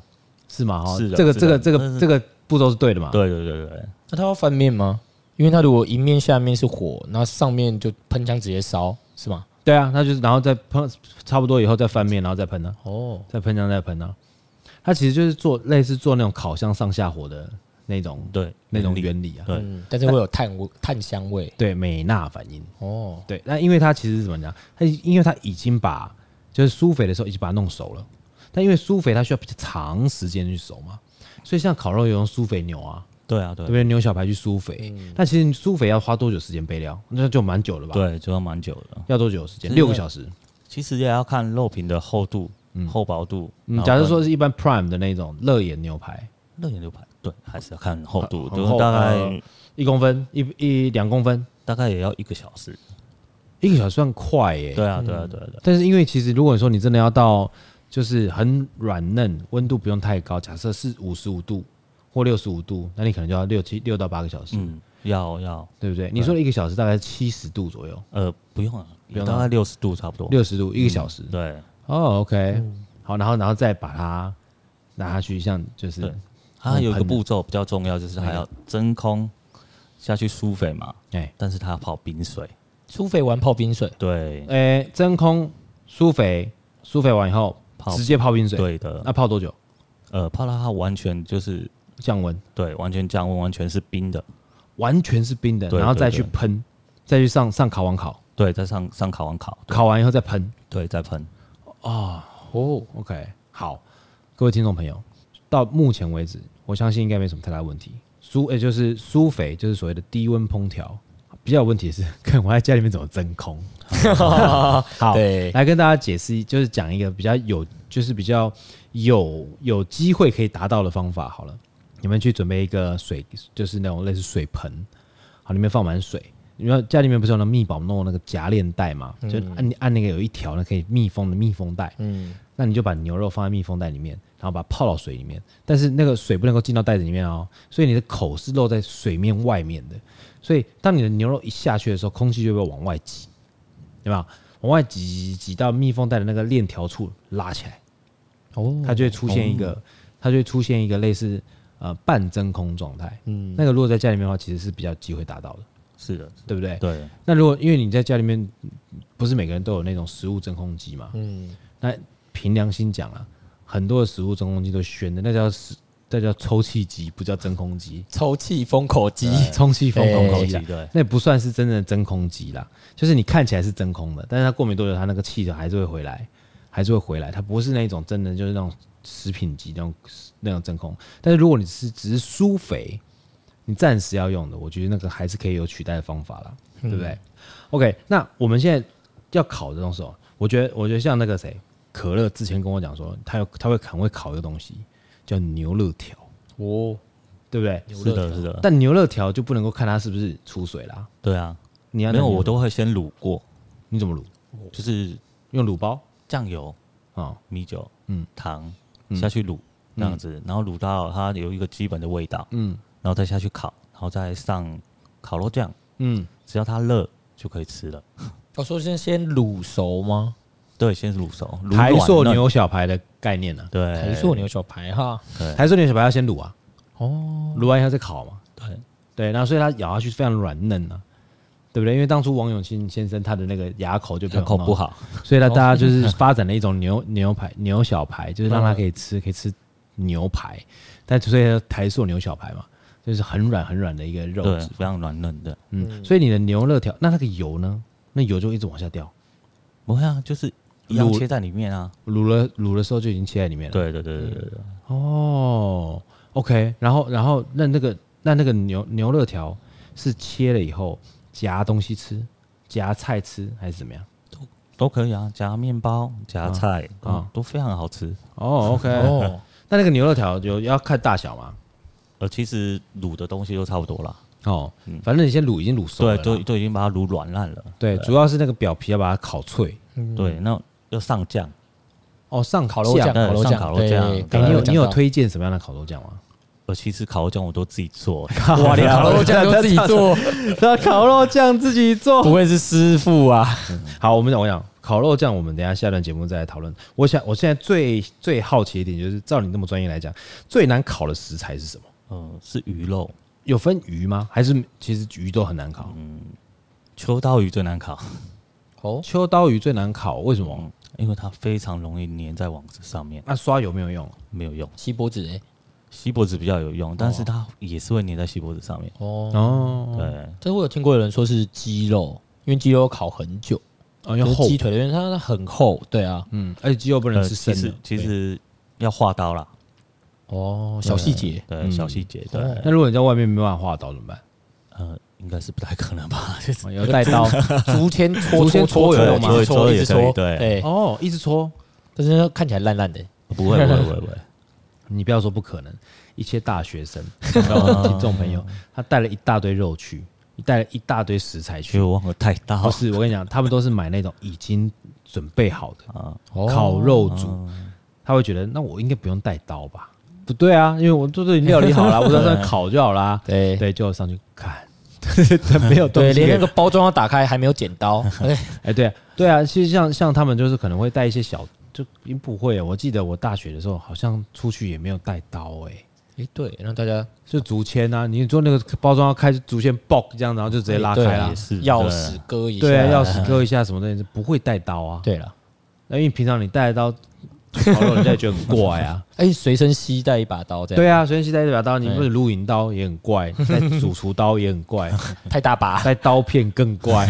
A: 是吗？哈，
C: 是的
A: 这个
C: 是
A: 这
C: 的
A: 个这
C: 但是
A: 个这个步骤是对的嘛？，
C: 对对对对，
B: 那它要翻面吗？因为它如果一面下面是火，那上面就喷枪直接烧，是吗？
A: 对啊，那就是然后再喷差不多以后再翻面，然后再喷啊，
B: 哦，
A: 再喷酱再喷啊。它其实就是做类似做那种烤箱上下火的那种
C: 对
A: 那种
C: 原理
A: 原理啊。
C: 对
B: 嗯，但是会有碳味、碳香味。
A: 对，美纳反应。
B: 哦，
A: 对，那因为它其实怎么讲？它因为它已经把就是苏肥的时候已经把它弄熟了，但因为苏肥它需要比较长时间去熟嘛，所以像烤肉有用苏肥牛啊，
C: 对啊
A: 对
C: 对嗯
A: 不对？牛小排去苏肥，那其实苏肥要花多久时间备料？那就蛮久了吧？，
C: 对，就要蛮久的。
A: 要多久时间？
C: 是
A: 六个小时。
C: 其实也要看肉品的厚度、厚薄度。
A: 嗯，
C: 然后
A: 假如说是一般 prime 的那种热眼牛排，
C: 热眼牛排，对，还是要看厚度，
A: 很
C: 就是
A: 厚
C: 大概、
A: 呃一公分一一两公分，
C: 大概也要一个小时。
A: 一个小时算快耶、
C: 对啊，对啊，对啊，对啊
A: 但是因为其实如果你说你真的要到就是很软嫩，温度不用太高，假设是五十五度或六十五度，那你可能就要六七六到八个小时，
C: 嗯，要要，
A: 对不对？你说的一个小时大概七十度左右，
C: 呃，不用啊，
A: 用啊
C: 大概六十度差不多。
A: 六十度一个小时。
C: 对，
A: 哦，OK，、好，
C: 嗯
A: 然后然后再把它拿下去，像就是
C: 对它有一
A: 很
C: 个
A: 喷的
C: 步骤比较重要，就是还要真空下去疏肥嘛，
A: 哎
C: 但是它要泡冰水。
B: 苏肥丸泡冰水，
C: 对，
A: 哎、真空疏肥，疏肥完以后
C: 泡
A: 直接泡冰水，
C: 对的，
A: 那泡多久？
C: 呃，泡到它完全就是
A: 降温，
C: 对，完全降温，完全是冰的。
A: 完全是冰的，
C: 对
A: 然后再
C: 对
A: 去
C: 对
A: 喷，再去上上烤网烤，
C: 对，再上上烤完烤，
A: 烤完以后再喷。
C: 对，再喷。
A: 哦，OK，好，各位听众朋友，到目前为止，我相信应该没什么太大问题。苏，也、就是苏肥，就是所谓的低温烹调。比较有问题的是， *laughs* 看我在家里面怎么真空。好，
B: 对
A: 来跟大家解释，就是讲一个比较有，就是比较有有机会可以达到的方法。好了，你们去准备一个水，就是那种类似水盆，好，里面放满水。你们家里面不是有那密保弄那个夹链袋嘛？就按按那个有一条那可以密封的密封袋，
B: 嗯，
A: 那你就把牛肉放在密封袋里面，然后把它泡到水里面，但是那个水不能够进到袋子里面哦，所以你的口是露在水面外面的，所以当你的牛肉一下去的时候，空气就会往外挤，对吧？往外挤挤到密封袋的那个链条处拉起来，
B: 哦，
A: 它就会出现一个，它就会出现一个类似呃半真空状态。
B: 嗯
A: 那个如果在家里面的话，其实是比较有机会达到的，
C: 是的，
A: 对不对？
C: 对，
A: 那如果因为你在家里面，不是每个人都有那种食物真空机嘛，
B: 嗯，
A: 那凭良心讲啊，很多的食物真空机都宣的，那叫是那叫抽气机，不叫真空机，
B: 抽气封口机，
A: *laughs* 充气风
B: 对
A: 空
C: 空
A: 口
C: 口
A: 机
C: 机
A: 啦。
C: 对，
A: 那也不算是真正的真空机啦，就是你看起来是真空的，但是它过没多久，它那个气体还是会回来，还是会回来，它不是那种真的就是那种食品级那种那种真空。但是如果你是只是疏肥，你暂时要用的，我觉得那个还是可以有取代的方法啦，对不
C: 嗯
A: 对？OK，那我们现在要烤的东西哦，我觉得我觉得像那个谁，可乐之前跟我讲说，他有他会很会烤一个东西叫牛肉条，
B: 哦，
A: 对不对？
C: 是的，是的，
A: 但牛肉条就不能够看它是不是出水啦。
C: 对啊。
A: 你要
C: 没
A: 拿
C: 有，
A: 牛肉哦
C: 我都会先卤过，
A: 你怎么卤？
C: 就是
A: 用卤包
C: 酱油、
A: 啊、
C: 米酒、
A: 嗯
C: 嗯、糖下去卤，这样子，然后卤到它有一个基本的味道，
A: 嗯
C: 然后再下去烤，然后再上烤肉酱，
A: 嗯，
C: 只要它热就可以吃了。
B: 我哦说先先卤熟吗？
C: 对，先卤熟，卤
A: 台塑
C: 软嫩，
A: 牛小排的概念呢、
C: 对，
B: 台塑牛小排哈，
A: 啊？台塑牛小排要先卤啊，
B: 哦，
A: 卤完以后再烤嘛。
C: 对，
A: 对，然后所以它咬下去非常软嫩啊，对不对？因为当初王永庆先生他的那个牙口就比较
C: 它口不
A: 好，
C: 好，哦
A: 所以呢，大家就是发展了一种牛牛排、牛小排，就是让它可以吃，可以吃牛排，但所以台塑牛小排嘛，就是很软很软的一个肉
C: 对，
A: 质。
C: 非常软嫩的。
A: 嗯，所以你的牛肉条，那那个油呢？那油就一直往下掉，
C: 不会啊，就是一样
A: 卤
C: 切在里面啊。嗯
A: 卤了卤的时候就已经切在里面了。
C: 对对对对对对，
A: 哦，OK，然后然后那那个那那个牛牛肋条是切了以后夹东西吃，夹菜吃还是怎么样？
C: 都可以啊，夹面包、夹菜
A: 啊
C: 啊，都非常好吃。
A: 哦，OK，
B: 哦，
A: 那那个牛肋条有要看大小嘛？
C: 呃，其实卤的东西都差不多啦，
A: 哦，反正你先卤已经卤熟了
C: 对，
A: 啦，
C: 都都已经把它卤软烂了。
A: 对，主要是那个表皮要把它烤脆。
C: 对，那要上酱，
A: 哦，上
B: 烤肉酱，
A: 酱
B: 烤肉
C: 上
B: 酱，
C: 烤肉
B: 对
C: 酱
A: 哎、
B: 刚刚
A: 你有
B: 讲到
A: 你有推荐什么样的烤肉酱吗？
C: 呃，其实烤肉酱我都自己做、欸 *laughs*
B: 哇，连烤肉酱都自己做，
A: 那烤肉酱自己做
B: 不会是师傅啊？
A: 好，我们讲，我讲烤肉酱，我们等一下下段节目再来讨论。我想，我现在最最好奇一点就是，照你那么专业来讲，最难烤的食材是什么？
C: 嗯，是鱼肉，
A: 有分鱼吗？还是其实鱼都很难烤？
C: 秋刀鱼最难烤，
B: 哦，
A: 秋刀鱼最难烤，为什么？
C: 嗯，因为它非常容易粘在网子上面，
A: 那刷有没有用？
C: 没有用。
B: 锡箔纸哎，
C: 锡箔纸比较有用，但是它也是会粘在锡箔纸上面。
B: 哦，
A: 哦，
C: 对，
B: 但是我有听过有人说是鸡肉，因为鸡肉烤很久，
A: 哦，要
B: 就是
A: 厚
B: 鸡，腿的，因为它很厚，对啊，
A: 嗯，而且鸡肉不能
C: 呃，
A: 吃
C: 其
A: 生的
C: 实。其实要画刀啦，
B: 哦，小细节，
C: 对，
A: 嗯
C: 小细节，对，
A: 那如果你在外面没办法画刀怎么 *laughs* 办？
C: 呃，应该是不太可能
A: *laughs*
C: 吧？就是
A: 哦要带刀
B: 竹签搓
A: 竹
B: 搓
A: 签
B: 搓
A: 搓有
B: 有
A: 用吗
B: 吗？一直搓，
C: 搓
B: 一
C: 也
B: 直
C: 可以
B: 搓，
C: 对
B: 对，
A: 哦，一直戳。
B: 但是它看起来烂烂的，
C: 不会，不会，不会，
A: *laughs*
C: 不会。
A: 你不要说不可能，一些大学 *laughs* 生，你知道吗听众朋友，他带了一大堆肉去，带了一大堆食材
C: 其实
A: 去。
C: 我忘了太大
A: 不是，我跟你讲，他们都是买那种已经准备好的
C: 啊，
B: 哦
A: 烤肉组，他会觉得那我应该不用带刀吧？不对啊，因为我都都已经料理好
B: *laughs*
A: 了，我在那烤就好啦。
B: 对
A: 对，就上去
B: *laughs*
A: 看，没有东
B: 对，
A: 西可以
B: 连那个包装要打开还没有剪刀，哎
A: 哎，对啊对啊，其实像像他们就是可能会带一些小，就不会啊。我记得我大学的时候好像出去也没有带刀哎、
B: 哎，对，让大家
A: 就竹签啊，你做那个包装要开竹签爆这样，然后就直接拉
B: 对
A: 开
B: 啊
A: 了
C: 也。是
B: 钥
C: 对
B: 匙割一下，
A: 对啊，钥匙割一下什么东西不会带刀啊，
B: 对了，
A: 那因为平常你带 *laughs* 刀烤肉，人家也觉得很怪 *laughs* 啊。
B: 哎，随身携带一把刀，这样，
A: 对啊，随身携带一把刀，你
B: 对
A: 不是露营刀也很 *laughs* 怪，带主厨刀也很 *laughs* 怪，
B: 太大把，
A: 带刀片更 *laughs* 怪。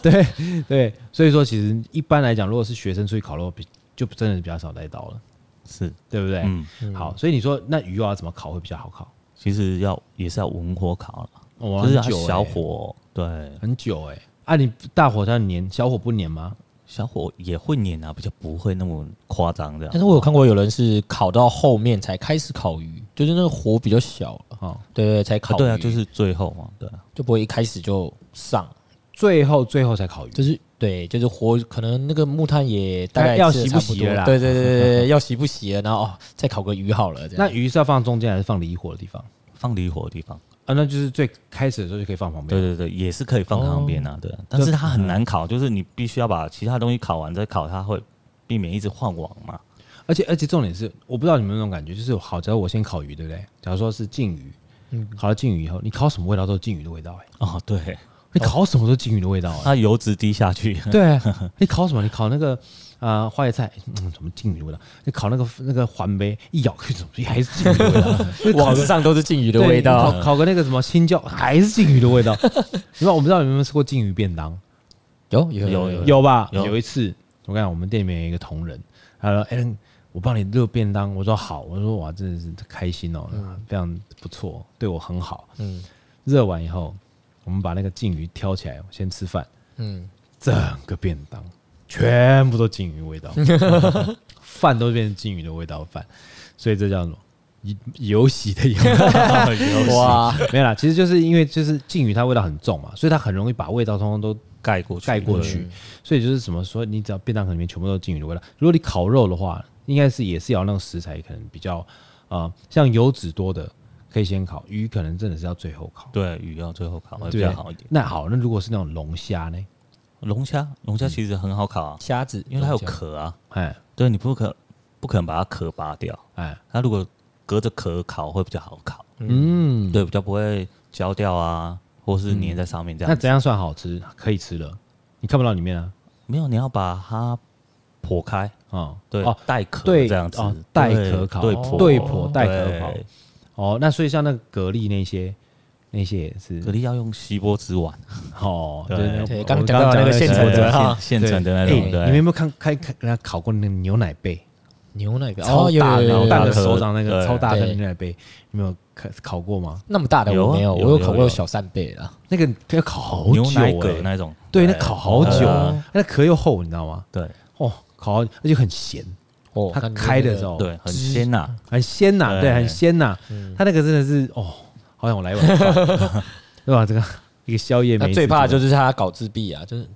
A: 对对，所以说其实一般来讲，如果是学生出去烤肉，比就真的比较少带刀了，
C: 是，
A: 对不对？
C: 嗯，
A: 好，所以你说那鱼要怎么烤会比较好烤？
C: 其实要也是要文火烤了，
A: 哦
C: 嗯就是要
A: 很久欸
C: 小火，对，
A: 很久哎、啊，你大火它粘，小火不粘吗？
C: 小火也会粘啊，比较不会那么夸张这
B: 但
C: 样。
B: 是我有看过有人是烤到后面才开始烤鱼，就是那个火比较小了，
A: 哦，
B: 对对，对才
C: 啊
B: 烤鱼，
C: 对啊，就是最后嘛，对啊，
B: 就不会一开始就上，
A: 最后最后才烤鱼，
B: 就是对，就是火可能那个木炭也大概
A: 要
B: 吃得
A: 洗不
B: 差
A: 洗
B: 多
A: 了啦
B: 对对对对
A: *laughs*
B: 对，要洗不洗了，然后哦再烤个鱼好了，这样
C: 啊
A: 那鱼是要放中间还是放离火的地方？
C: 放离火的地方，
A: 啊，那就是最开始的时候就可以放旁
C: 对
A: 边。
C: 对对，也是可以放旁边啊，对啊，但是它很难烤，就是你必须要把其他东西烤完再烤，它会避免一直换网嘛。
A: 而且而且重点是，我不知道你们有没有那种感觉，就是好，假如我先烤鱼，对不对？假如说是鲫鱼，烤了鲫鱼以后，你烤什么味道都是鲫鱼的味道、欸，
C: 哦，对，
A: 你烤什么都是鲫鱼的味道、欸，
C: *laughs* 它油脂滴下去，
A: 对，啊你烤什么？你烤那个啊、呃花椰菜，嗯，怎么鲫鱼的味道？你烤那个那个环杯，一咬去怎么还是鲫鱼的味
B: *laughs*
A: 道？你烤
B: 网
A: 个
B: 子上都是鲫鱼的
A: 对
B: 味道
A: 你，烤烤个那个什么青椒，还是鲫鱼的味道。你们我不知道你们有没有吃过鲫鱼便当？
B: 有有
C: 有
B: 有
C: 有
A: 有吧？
C: 有
A: 有一次，我看我们店里面有一个同仁，他说：“哎、我帮你热便当。”我说：“好。”我说：“哇，真的是开心哦，非常不错，对我很好。”
B: 嗯
A: 热完以后，我们把那个鲫鱼挑起来，先吃饭。
B: 嗯，
A: 整个便当全部都金鱼味道，饭都变成金鱼的味道饭，所以这叫什么？油油洗的油，
B: *laughs* 哇，
A: 没有啦，其实就是因为就是金鱼它味道很重嘛，所以它很容易把味道通通都
C: 盖过去，
A: 盖过去，所以就是怎么说，你只要便当盒里面全部都是金鱼的味道。如果你烤肉的话，应该是也是要那个食材可能比较啊、呃像油脂多的可以先烤，鱼可能真的是要最后烤，
C: 对，鱼要最后烤会比
A: 对
C: 较
A: 不对
C: 好一点。
A: 那好，那如果是那种龙虾呢？
C: 龙虾，龙虾其实很好烤啊，
B: 虾子，
C: 因为它有
B: 这样
C: 壳啊，
A: 哎
C: 对你不可不可能把它壳拔掉，
A: 哎，
C: 它如果隔着壳烤会比较好烤，
A: 嗯，
C: 对，比较不会焦掉啊，或是粘在上面这
A: 嗯那
C: 样子。
A: 怎样算好吃？可以吃了，你看不到里面啊。
C: 没有，你要把它剖开，
A: 哦，
C: 对
A: 哦，
C: 带壳
A: 对
C: 这样子
A: 哦，带
C: 对
A: 壳烤
C: 对
A: 哦
C: 剖
A: 对剖带壳
C: 对
A: 烤哦，那所以像那个蛤蜊那些，那些也是
C: 蛤蜊要用锡箔
A: *laughs*
C: 纸碗，
A: 哦，
C: 对
A: 那
B: 对
A: 我
B: 刚
A: 我
B: 讲到那个现成的
C: *laughs* 对啊
B: 哈
C: 现现成的那
A: 啊对
C: 种，
A: 哎你们有
C: 对，
A: 没有看开看人家烤过那个牛奶杯？
B: 牛奶饼，
A: 超
B: 哦有
A: 大
B: 有有有
A: 的，
B: 有
A: 大
C: 大
A: 个
C: 颗
A: 手掌那个
C: 对
A: 超大的
B: 对
A: 牛奶杯，你们有烤烤过吗？
B: 那么大的
C: 有
B: 我
C: 啊
B: 没有，
C: 有
B: 我有
C: 有
B: 烤
C: 有
B: 过小扇贝啦，
A: 那个要烤好久
C: 牛奶
A: 哎
C: 蛤那种，
A: 对，那烤好久
B: 嗯
C: 哦，
A: 那壳又厚，你知道吗？
C: 对
A: 哦，烤好而且很咸，
B: 哦，
A: 它
B: 那你
A: 开
B: 那
A: 的
B: 个
A: 时候
C: 对，很鲜呐，
A: *laughs* 很鲜呐、
C: 对
A: 对，很鲜呐、
B: 嗯
A: 它那个真的是哦，好想我来一碗饭，
B: *laughs*
A: 对吧？这个一个宵夜
B: 那
A: 没
B: 最怕就是是他搞自闭啊，就是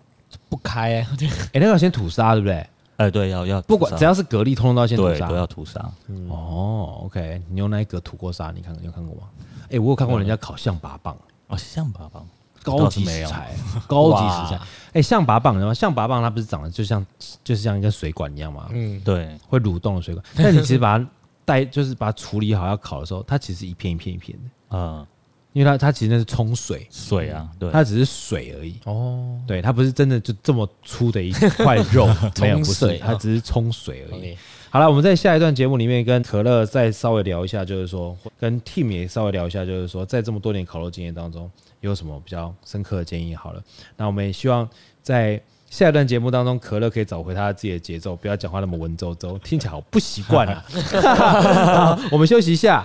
B: 不开啊， *laughs*
A: 哎、那个要先吐沙，对不对？
C: 哎，对，要要
A: 不管
C: 屠
A: 只
C: 杀
A: 要是蛤蜊，通通都要先吐
C: 对
A: 沙
C: 都。要屠杀，
A: 哦，OK，牛奶蛤吐过沙，你看你有看过吗？哎、我有看过人家烤象拔蚌，
C: 哦，象拔蚌，
A: 高级
C: 倒是没
A: 食
C: 有
A: 材， *laughs* 高级食材
B: 哇。
A: 哎，象拔蚌，然后象拔蚌它不是长得就像就是像一根水管一样嘛，
B: 嗯，
C: 对，
A: 会蠕动的水管。 *laughs* 但你其实把它带，就是把它处理好要烤的时候，它其实一片一片一片的，
C: 呃，
A: 因为它它其实那是冲水，
C: 水啊，对，
A: 它只是水而已。
B: 哦
A: 对，它不是真的就这么粗的一块 *laughs* 肉，没有，
B: 冲
A: 不是，
B: 水
A: 它只是冲水而已。
B: ，OK，
A: 好了，我们在下一段节目里面跟可乐再稍微聊一下，就是说跟 Team 也稍微聊一下，就是说在这么多年烤肉经验当中，有什么比较深刻的建议？好了，那我们也希望在下一段节目当中，可乐可以找回他自己的节奏，不要讲话那么文绉绉，听起来好不习惯啊。好我们休息一下。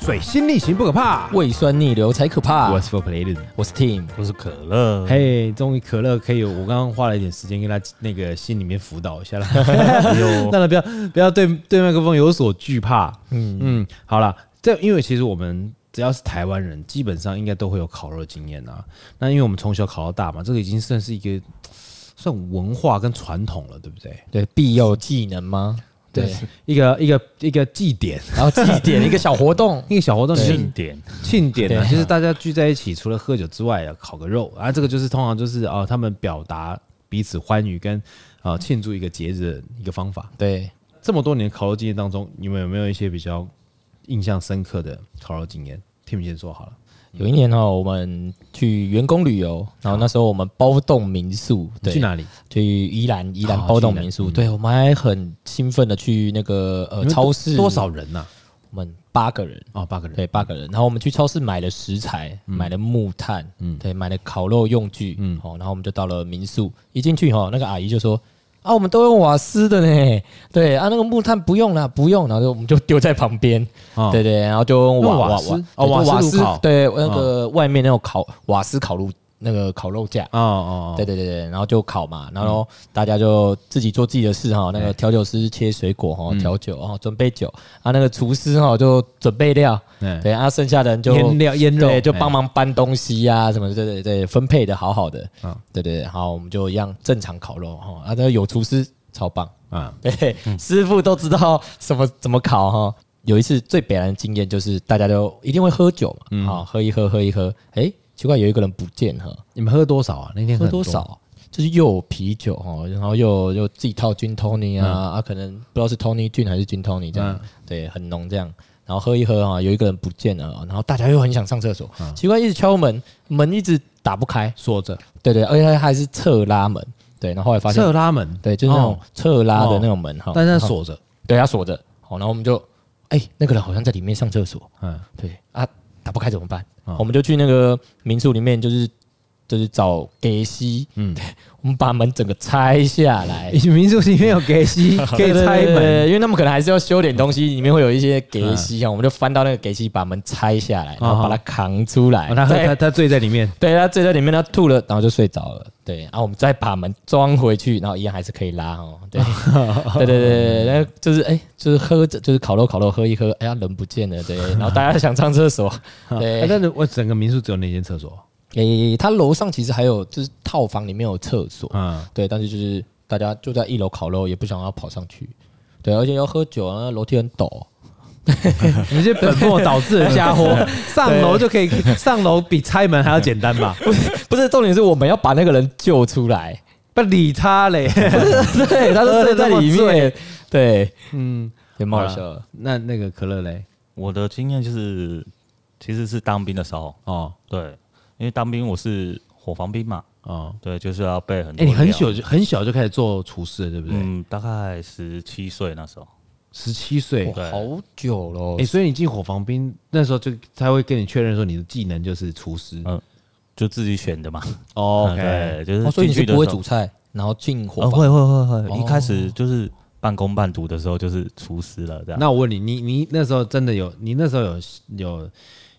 A: 水星逆行不可怕，
B: 胃酸逆流才可怕。
A: 我
B: 我
A: 是 For Play
B: 我是 Team，
C: 不是可乐，
A: 嘿，终于可乐可以有，我刚刚花了一点时间跟他那个心里面辅导一下了， *laughs* 让他不要不要对对麦克风有所惧怕。嗯嗯，好了，这因为其实我们只要是台湾人，基本上应该都会有烤肉经验啊。那因为我们从小烤到大嘛，这个已经算是一个算文化跟传统了，对不对？
B: 对，必有技能吗？对，，
A: 一个一个一个祭典，，
B: 然后祭典一个小活动 *laughs*
A: 一个小活动，就是
C: 庆典，
A: 庆典啊，
B: 对
A: 就是大家聚在一起，除了喝酒之外，烤个肉啊，这个就是通常就是哦，他们表达彼此欢愉跟啊庆祝一个节日的一个方法。
B: 对，
A: 这么多年烤肉经验当中，你们有没有一些比较印象深刻的烤肉经验？Tim 先说好了，
B: 有一年哦，我们去员工旅游，然后那时候我们包栋民宿，
A: 你
B: 对，
A: 去哪里？
B: 去宜兰，宜兰
A: 哦
B: 包
A: 去宜
B: 栋
A: 兰
B: 民宿，
A: 嗯
B: 对我们还很兴奋的去那个
A: 你
B: 呃
A: 们
B: 超市，
A: 多少人呐？
B: 我们八个人，
A: 哦，八个人。
B: 对，八个人。然后我们去超市买了食材，买了木炭，
A: 嗯
B: 嗯，对，买了烤肉用具，
A: 嗯
B: 嗯，哦，然后我们就到了民宿，一进去哈，那个阿姨就说。啊，我们都用瓦斯的呢，对啊，那个木炭不用了，不用，然后就我们就丢在旁边，
A: 哦
B: 对对，然后就用
A: 用瓦
B: 瓦瓦
A: 斯
B: 瓦
A: 哦
B: 对
A: 瓦斯炉烤嗯
B: 就瓦对，那个外面那种烤瓦斯烤炉那个烤肉架，
A: 哦哦，嗯
B: 对对对对，然后就烤嘛，然后大家就自己做自己的事哈。那个调酒师切水果
A: 嗯
B: 哈，调酒哈，准备酒啊，那个厨师哈就准备料，
A: 对
B: 对啊，剩下的人就
A: 腌料腌肉
B: 对，就帮
A: 哎
B: 忙搬东西呀、什么的，对对对，分配的好好的
A: 嗯，
B: 对对对，好，我们就一样正常烤肉哈，啊，那个有厨师超棒， *laughs*
A: 啊，
B: 对，师傅都知道什么怎么烤哈。有一次最北然的经验就是大家都一定会喝酒
A: 嗯
B: 嘛，好、喝一喝喝一喝，哎、奇怪有一个人不见哈，
A: 你们喝多少啊？那天
B: 喝
A: 很
B: 多少？就是又有啤酒哦，然后又有又自己套菌 Tony 啊、
A: 嗯
B: 啊，可能不知道是 Tony 菌还是菌 Tony 这样，对，很浓这样。然后喝一喝啊，有一个人不见了啊，然后大家又很想上厕所，奇怪一直敲门，门一直打不开，
A: 说嗯着
B: 对对，而且他还是侧拉门，对，然后后来发现
A: 侧，拉门，
B: 对，就是那种
A: 哦
B: 侧拉的那种门哈、
A: 但是
B: 然
A: 它
B: 后，
A: 锁着，
B: 对，他锁着，好，然后我们就，哎、那个人好像在里面上厕所，
A: 嗯，
B: 对啊，打不开怎么办？
A: 啊
B: 我们就去那个民宿里面，就是就是找给西，嗯，我们把门整个拆下来，
A: 嗯民宿里面有 *laughs* 给息，可以
B: 哦对对
A: 拆
B: 对对
A: 门，
B: 对因为他们可能还是要修点东西，里面会有一些给西啊，我们就翻到那个给西，把门拆下来，然后把它扛出来，
A: 啊哦他喝
B: 再
A: 他他醉在里面，
B: 对，他醉在里面，他吐了，然后就睡着了。对，然、后我们再把门装回去，然后一样还是可以拉哦。
A: *laughs*
B: 对，对对对对，然后就是哎、就是喝着，就是烤肉烤肉喝一喝，哎呀人不见了，对，然后大家想上厕所，
A: 哎
B: 对，
A: 但是我整个民宿只有那间厕所，
B: 诶、他楼上其实还有就是套房里面有厕所， *laughs*
A: 嗯，
B: 对，但是就是大家就在一楼烤肉，也不想要跑上去，对，而且要喝酒啊，楼梯很陡， *laughs*
A: 你这本末倒置的家伙，上楼就可以，上楼比拆门还要简单吧？
B: 不是重点是我们要把那个人救出来， *laughs*
A: 不理他嘞。 *laughs*
B: 对，他就睡在里面，对，
A: 嗯，
B: 也蛮好笑的。
A: 那那个可乐嘞？
C: 我的经验就是，其实是当兵的时候，
A: 哦
C: 对，因为当兵我是伙房兵嘛，
A: 哦，
C: 对，就是要备很
A: 哎，
C: 多料。
A: 你很小就很小就开始做厨师了，对不对？
C: 嗯，大概十七岁那时候，
A: 十七岁，
C: 对
B: 好久了哦
A: 哎，，所以你进火防兵那时候就他会跟你确认说你的技能就是厨师。
C: 嗯就自己选的嘛。
A: 哦，OK，
C: *laughs* 对，就是、
B: 哦所以你是
C: 去的
B: 不会
C: 时候
B: 煮菜，然后进
C: 呃
B: 火房，
C: 会会会会，
B: 哦
C: 一开始就是半工半读的时候就是厨师了，这样。
A: 那我问你，你你那时候真的有，你那时候有有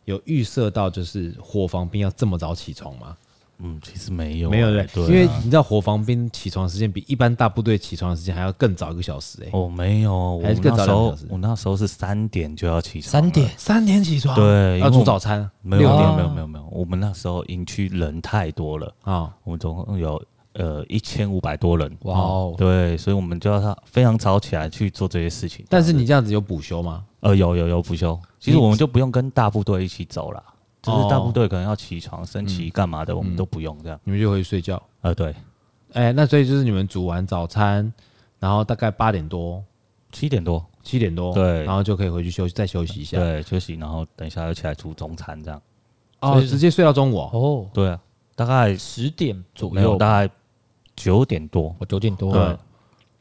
A: 有预设到就是火防兵要这么早起床吗？
C: 嗯，其实没有欸，
A: 没有对，
C: 对啊，
A: 哎因为你知道火防兵起床时间比一般大部队起床的时间还要更早一个小时哎、
C: 我哦没有，我
A: 还是更
C: 那
A: 早
C: 时
A: 两个
C: 候
A: 小时
C: 我那时候是三点就要起床，
B: 三点，
A: 三点起床，要
C: 对因为
A: 煮
C: 我
A: 早餐啊，
C: 没有
A: 六
C: 没
A: 点
C: 有没有没有没有，我们那时候营区人太多了，
A: 啊，
C: 我们总共有呃一千五百多人，
B: 哇哦，
C: 对，所以我们就要他非常早起来去做这些事情。
A: 但是你这样子有补休吗？
C: 呃，有有有补休，其实我们就不用跟大部队一起走啦，只
A: 哦
C: 是大部队可能要起床升旗干嘛的，我们都不用这样。
A: 你们就回去睡觉。
C: 呃，对，
A: 哎、那所以就是你们煮完早餐，然后大概八点多、
C: 七点多
A: 七点多，
C: 对
A: 然后就可以回去休息，再休息一下。，
C: 对休息，然后等一下又起来煮中餐这样。
A: 哦，直接睡到中午、哦。
B: 哦，
C: 对啊，大概
B: 十点左
C: 没有
B: 右，哦
C: 大概九点多，
B: 我九点多，
A: 对，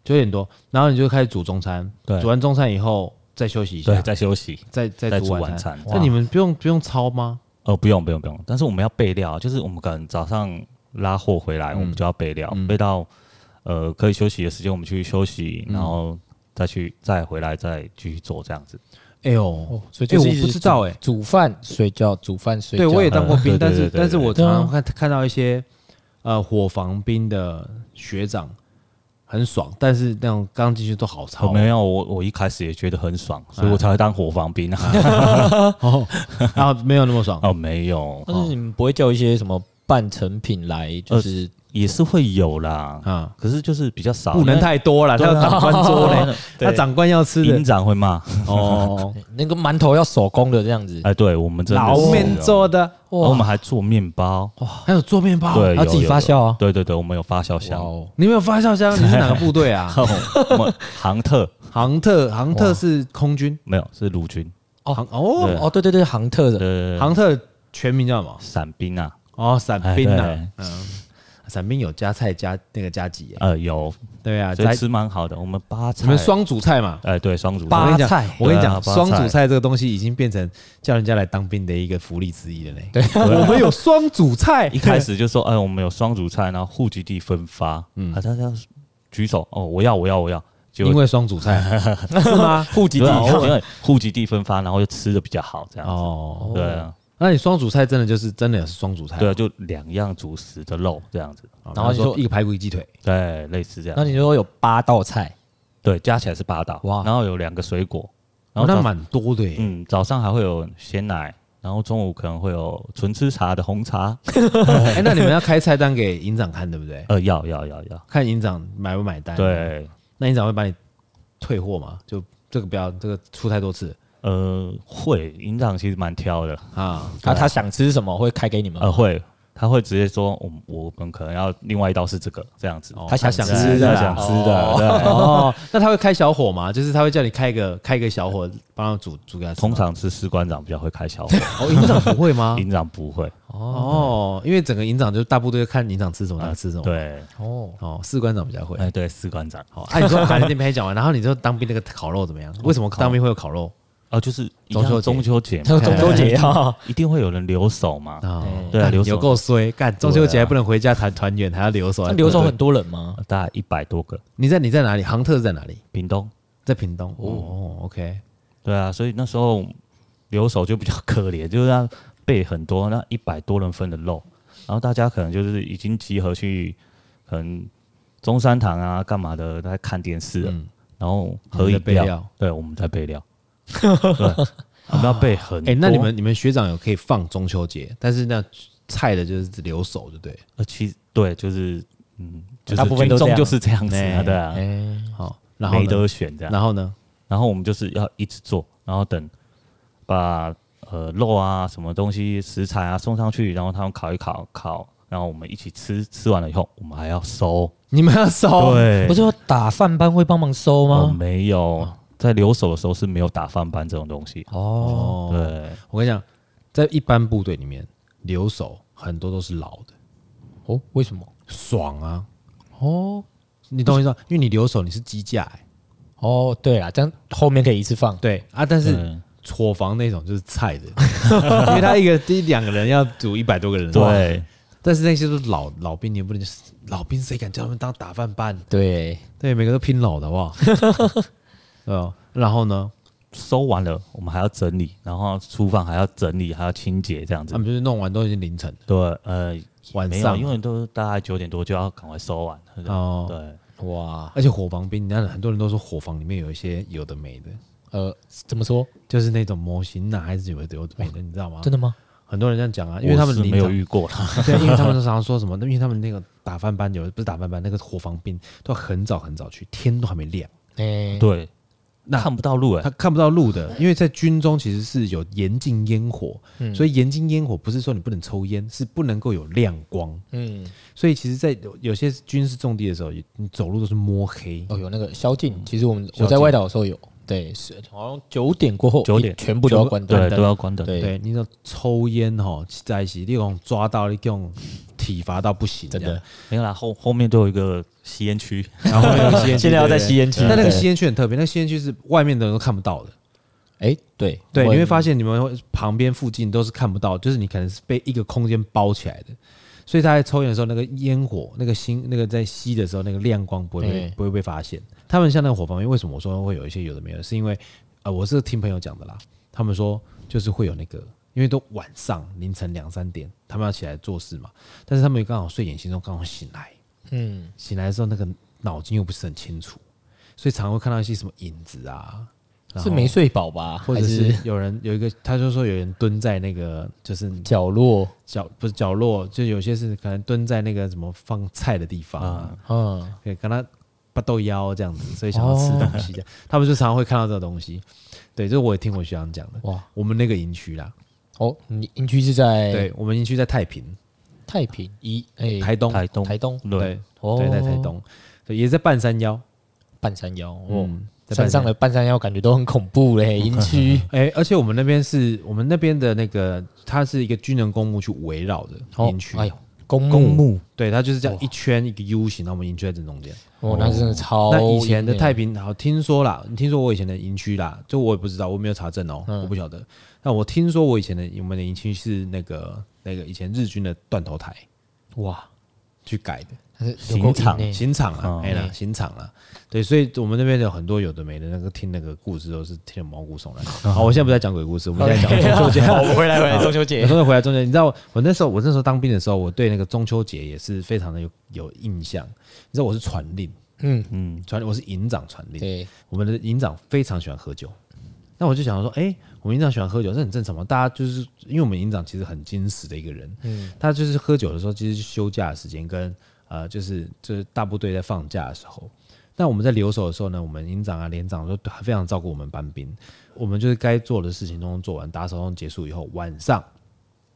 A: 九点多，然后你就开始煮中餐，
C: 对
A: 煮完中餐以后再休息一
C: 对，
A: 下，
C: 在休息。
A: 再再
C: 再
A: 煮
C: 煮
A: 晚
C: 晚
A: 餐。
C: 餐
A: 那你们不用不用操吗？
C: 哦，不用不用不用，但是我们要备料，啊就是我们可能早上拉货回来，我
A: 嗯
C: 们就要备料，备到呃可以休息的时间，我们去休息，
A: 嗯
C: 然后再去再回来再继续做这样子。
A: 哎呦，
B: 哦，所以就是
A: 哎
B: 一直
A: 我不知道
B: 煮
A: 哎
B: 煮饭睡觉，煮饭睡觉，
A: 对我也当过兵，
C: *laughs* 呃对
A: 但
C: 对
A: 是
C: 对对
A: 但是
C: 对
A: 我
B: 对
A: 常
B: 啊
A: 常看看到一些呃火防兵的学长很爽，但是那种刚进去都好嗯
C: 哦，
A: 操，
C: 没有，我我一开始也觉得很爽，所以我才会当火防兵
A: 嗯
C: 啊。
A: 哦， *laughs* 然后没有那么爽，
C: *laughs* 哦，没有，
B: 但是你们不会叫一些什么半成品来，就是
C: 也是会有啦，
A: 啊，
C: 可是就是比较少，
A: 不能太多了，他
C: 哦对
A: 要
C: 啊
A: 长官桌
C: *laughs*
A: 嘞，他长官要吃
C: 因为营
A: 的
C: 长会骂。 *laughs*
A: 哦，
B: 那个馒头要手工的这样子，
C: 哎，对我们真的
A: 老
C: 是
A: 面做哦的，
C: 哦我们还做面包，
A: 还有做面包，
C: 对，
B: 要
C: 有
B: 自己
C: 有
B: 发
C: 有
B: 酵
A: 哦
B: 啊
C: 对对对，我们有发酵
B: 哇
C: 箱，
B: 哦，
A: 你没有发酵箱？你是哪个部队啊？
C: *laughs* 我们航特
A: 航特，航特是空军，
C: 没有是陆军，
A: 航哦，
C: 对
B: 哦，对对对，杭特的，
C: 呃，
A: 航特全名叫什么？
C: 伞兵啊，
A: 哦，伞兵
C: 哎
A: 啊，嗯，伞兵有加菜加那个加几耶？
C: 呃，有，
A: 对啊，
C: 所
A: 加
C: 以吃蛮好的。我们八菜，
A: 你们双主菜嘛？
C: 哎，对，双主
A: 我跟
B: 八
A: 你
B: 菜
A: 讲，我跟你讲，
C: 对啊
A: 双
C: 八
A: 主
C: 菜
A: 菜这个东西已经变成叫人家来当兵的一个福利之一了嘞。对， *laughs* 我们有双主菜
C: *laughs* 一，开始就说，哎，我们有双主菜，然后户籍地分发，嗯，啊，大家举手，哦，我要，我要，我要，就
A: 因为双主菜
C: *laughs*
A: 是吗？
B: 户籍
C: 因
B: 地
C: 为户籍地分发，然后就吃的比较好，这 *laughs* 样子，
A: 哦，
C: 对啊，
A: 那你双主菜真的就是真的是双主菜，
C: 对啊，就两样主食的肉这样子，
A: 哦。
B: 然后
A: 比
B: 你
A: 如
B: 说
A: 一个排骨一鸡腿，
C: 对，类似这
B: 那
C: 样，
B: 你说有八道菜，
C: 对，加起来是八道，
B: 哇
C: 然后有两个水果，然
A: 哦，
C: 后
A: 那
C: 早
A: 蛮多的耶。
C: 嗯，早上还会有鲜奶。然后中午可能会有纯吃茶的红茶，嗯
A: *laughs* 哎，那你们要开菜单给营长看，对不对？
C: 呃，要要要要，
A: 看营长买不买单。，
C: 对，
A: 那营长会把你退货吗？就这个不要，这个出太多次
C: 呃，会，营长其实蛮挑的，
A: 啊。
B: 他他想吃什么会开给你们
C: 呃，，会，他会直接说，我们我们可能要另外一道是这个这样子，
A: 哦
B: 他想
A: 想
B: 吃
C: 对
B: 的啊
C: 他
B: 啦
C: 想吃的，对，啊 *laughs*
A: 哦，那他会开小火吗？就是他会叫你开一个开一个小火，帮他煮煮给他吃吗。
C: 通常是士官长比较会开小火，
A: 哦，营长不会
C: *laughs*
A: 吗？
C: 营长不会，
A: 哦，因为整个营长就大部队看营长吃什么，他吃什么。，
C: 啊对，
B: 哦，
A: 哦，士官长比较会。
C: 哎，对，士官长，
A: 好，哎，你
C: *laughs*
A: 说把你那边还讲完，然后你就当兵那个烤肉怎么样？为什么当兵会有烤肉
C: 哦，就是一
A: 中秋
C: 样
A: 节
B: 他说
C: 中秋节嘛，
B: 中秋节啊，
C: 一定会有人留守嘛，
A: 啊？
C: 对啊
A: 干
C: 留守啊
A: 有够衰，干中秋节还不能回家谈团圆，还要留守
B: 那。留守
A: 对
B: 很多人吗？
C: 大概一百多个，
A: 你在你在哪里？航特是在哪里？
C: 屏东，
A: 在屏东。哦，OK，
C: 对啊，所以那时候留守就比较可怜，就是要备很多那一百多人份的肉，然后大家可能就是已经集合去，可能中山堂啊干嘛的在看电视了，啊然后喝
A: 嗯你们
C: 饮
A: 在备料
C: 料，对，我们在备
A: *laughs*
C: 料，对，我们要备很多。
A: 哎，那你们你们学长有可以放中秋节，但是那菜的就是留守，对不对？
C: 呃，其实对，就是嗯，就是
B: 大部分都这
C: 军中
B: 样
C: 就是这样子
A: 哎
C: 啊，对啊，
B: 哎，
A: 好，然后
C: 没
A: 呢？
C: 得选这样。
A: 然后呢？
C: 然后我们就是要一直做，然后等把呃肉啊什么东西食材啊送上去，然后他们烤一烤烤，然后我们一起吃，吃完了以后我们还要收。
A: 你们要收？
C: 对
B: 不是说打饭班会帮忙收
C: 哦，
B: 吗？
C: 没有，在留守的时候是没有打饭班这种东西。
A: 哦，
B: 哦，
C: 对，
A: 我跟你讲，在一般部队里面，留守很多都是老的，
B: 哦，为什么？
A: 爽啊！
B: 哦
A: 你懂我意思吗？因为你留守你是机架、欸，
B: 哦，对啦，这样后面可以一次放。
A: 对啊，但是
C: 对
A: 伙房那种就是菜的， *laughs* 因为他一个一两个人要煮一百多个人，哇
C: 对，
A: 但是那些都是老老兵，你也不能老兵谁敢叫他们当打饭班？
B: 对，
A: 啊对，每个都拼老的，好不好？对哦。然后呢，
C: 收完了，我们还要整理，然后厨房还要整理，还要清洁这样子
A: 他。们就是弄完都已经凌晨了，
C: 对，呃，
A: 嗯晚
C: 没有，
A: 上
C: 因为都大概九点多就要赶快收完。对
A: 哦
C: 对，
B: 哇，
A: 而且伙房兵，你看很多人都说伙房里面有一些有的没的，
B: 呃，怎么说？
A: 就是那种模型男孩子有的有的没的，你知道吗？
B: 真的吗？
A: 很多人这样讲啊，因为他们
C: 我是
A: 临
C: 没有
A: 场，哎
C: 遇过啦。
A: 对，因为
C: *laughs*
A: 他们常常说什么，因为他们那个打饭班有不是打饭班，那个伙房兵都要很早很早去，天都还没亮，
B: 哎，
C: 对，
A: 那
C: 看不到路哎、
A: 他看不到路的，因为在军中其实是有严禁烟火，
B: 嗯
A: 所以严禁烟火不是说你不能抽烟，是不能够有亮光。
B: 嗯，
A: 所以其实，在有有些军事重地的时候，你走路都是摸黑。
B: 哦，有那个宵禁，其实我们
A: 嗯宵禁
B: 我在外岛的时候有，对，是好像九点过后，
C: 九点
B: 全部都要关灯
C: 对，，都要关灯。
B: 对，
A: 对，你说抽烟吼，在一起，你用抓到你用体罚到不行，
B: 真
A: 这样
B: 的。，
C: 没有啦，后后面都有一个吸烟区，
A: 然后有吸烟区，
B: 现在要在
A: 对
B: 吸烟区
A: 但那个
B: *laughs* 对
A: 吸烟区很特别，那个吸烟区是外面的人都看不到的。
B: 哎，对
A: 对，你会发
B: 现
A: 现你们会旁边附近都是看不到，就是你可能是被一个空间包起来的，所以他在抽烟的时候，那个烟火、那个星、那个在吸的时候，那个亮光不会被、
B: 对
A: 不会被发现。他们像那个火房，因为什么我说会有一些有的没有，是因为呃，我是听朋友讲的啦，他们说就是会有那个，因为都晚上凌晨两三点，他们要起来做事嘛，但是他们刚好睡眼惺忪，刚好醒来，
B: 嗯，
A: 醒来的时候那个脑筋又不是很清楚，所以常会看到一些什么影子啊，然
B: 是
A: 后
B: 没睡饱吧，
A: 或者
B: 还
A: 是
B: 是
A: 有人有一个，他就说有人蹲在那个就是
B: 角落，
A: 角不是角落，就有些是可能蹲在那个什么放菜的地方啊，
B: 嗯，
A: 可以跟他不豆腰这样子，所以想要吃
B: 哦
A: 东西这样，他们就常常会看到这个东西。对，这我也听我学长讲的。
B: 哇，
A: 我们那个营区啦，
B: 哦，你营区是在
A: 对我们营区在太平、
B: 太平一哎
A: 台东，
C: 台东，
B: 台东
C: 对
A: 对
B: 哦，
A: 对，在台东，对，也在半山腰，
B: 半山腰哦，
A: 嗯，在
B: 山
A: 半
B: 上
A: 腰
B: 的半山腰感觉都很恐
A: *laughs*
B: 怖嘞，营区
A: 哎、而且我们那边是我们那边的那个，它是一个军人公墓去围绕的
B: 哦
A: 营区，
B: 哎呦，公
C: 公
B: 墓
C: 墓
A: 对，它就是这样一圈一个 U 型，然后我们营区在正中间。
B: 哦，嗯那真的超
A: 那以前的
B: 阴欸
A: 太平，好听说啦，听说我以前的营区啦，就我也不知道，我没有查证哦、
B: 嗯
A: 我不晓得。但我听说我以前的我们的营区是那个那个以前日军的断头台
B: 哇，
A: 去改的
B: 但是有
C: 刑
B: 够
C: 场
B: 阴欸
A: 刑场啊
C: 哦，
A: 哎啦，刑场啦，对，所以我们那边有很多有的没的，那个听那个故事都是听得毛骨
B: *laughs*
A: 悚然。好，我现在不在讲鬼故事，我们现在讲中秋节。
B: 好我们回来回来，中秋节
A: 我真的回来中秋节，你知道我我那时候我那时候当兵的时候，我对那个中秋节也是非常的有有印象。你知道我是传令，
B: 嗯，
C: 嗯，
A: 传令我是营长传令，
B: 对，
A: 我们的营长非常喜欢喝酒。那我就想说，哎、我们营长喜欢喝酒，这很正常嘛。大家就是因为我们营长其实很矜持的一个人，
B: 嗯，
A: 他就是喝酒的时候，其实是休假的时间跟呃，就是就是大部队在放假的时候。那我们在留守的时候呢，我们营长啊、连长都非常照顾我们班兵。我们就是该做的事情都做完，打扫完结束以后，晚上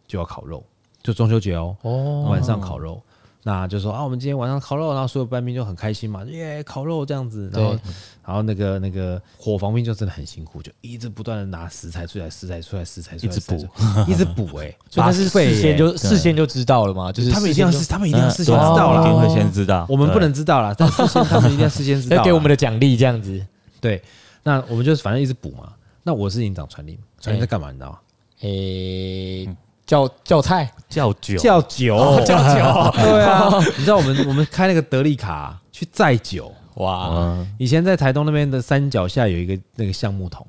A: 就要烤肉，就中秋节哦，
B: 哦，
A: 晚上烤肉。那就说啊，我们今天晚上烤肉，然后所有班兵就很开心嘛，耶，烤肉这样子。然后
B: 对，
A: 然后那个那个伙房兵就真的很辛苦，就一直不断的拿食材出来，食材出来，食材出来，
C: 一直补
A: 食材出来，一 *laughs* 直补哎、欸，
B: 所以他是
A: 八
B: *laughs*
A: 倍
B: 事先
A: 欸
B: 就事先就知道了嘛，就是哦
A: 他们一定要
B: 事
A: 事，
B: 先
A: 他们一定要事先
C: 嗯
A: 知
C: 对啊
A: 道
C: 一定
A: 啦，
C: 会先知道。
A: 我们不
C: 对
A: 能知道啦，但事先他们一定要事先知道
B: 就
A: 啦。
B: *laughs* 要给我们的奖励这样子，
A: 对，那我们就是反正一直补嘛。那我是营长传令，传令在干嘛？你知道吗？
B: 诶，叫叫菜，
C: 叫酒，
A: 叫酒，
B: 哦叫 *laughs* 酒，
A: 对啊，你知道我们我们开那个德利卡去载酒。
B: 哇，
C: 嗯，
A: 以前在台东那边的山脚下有一个那个橡木桶，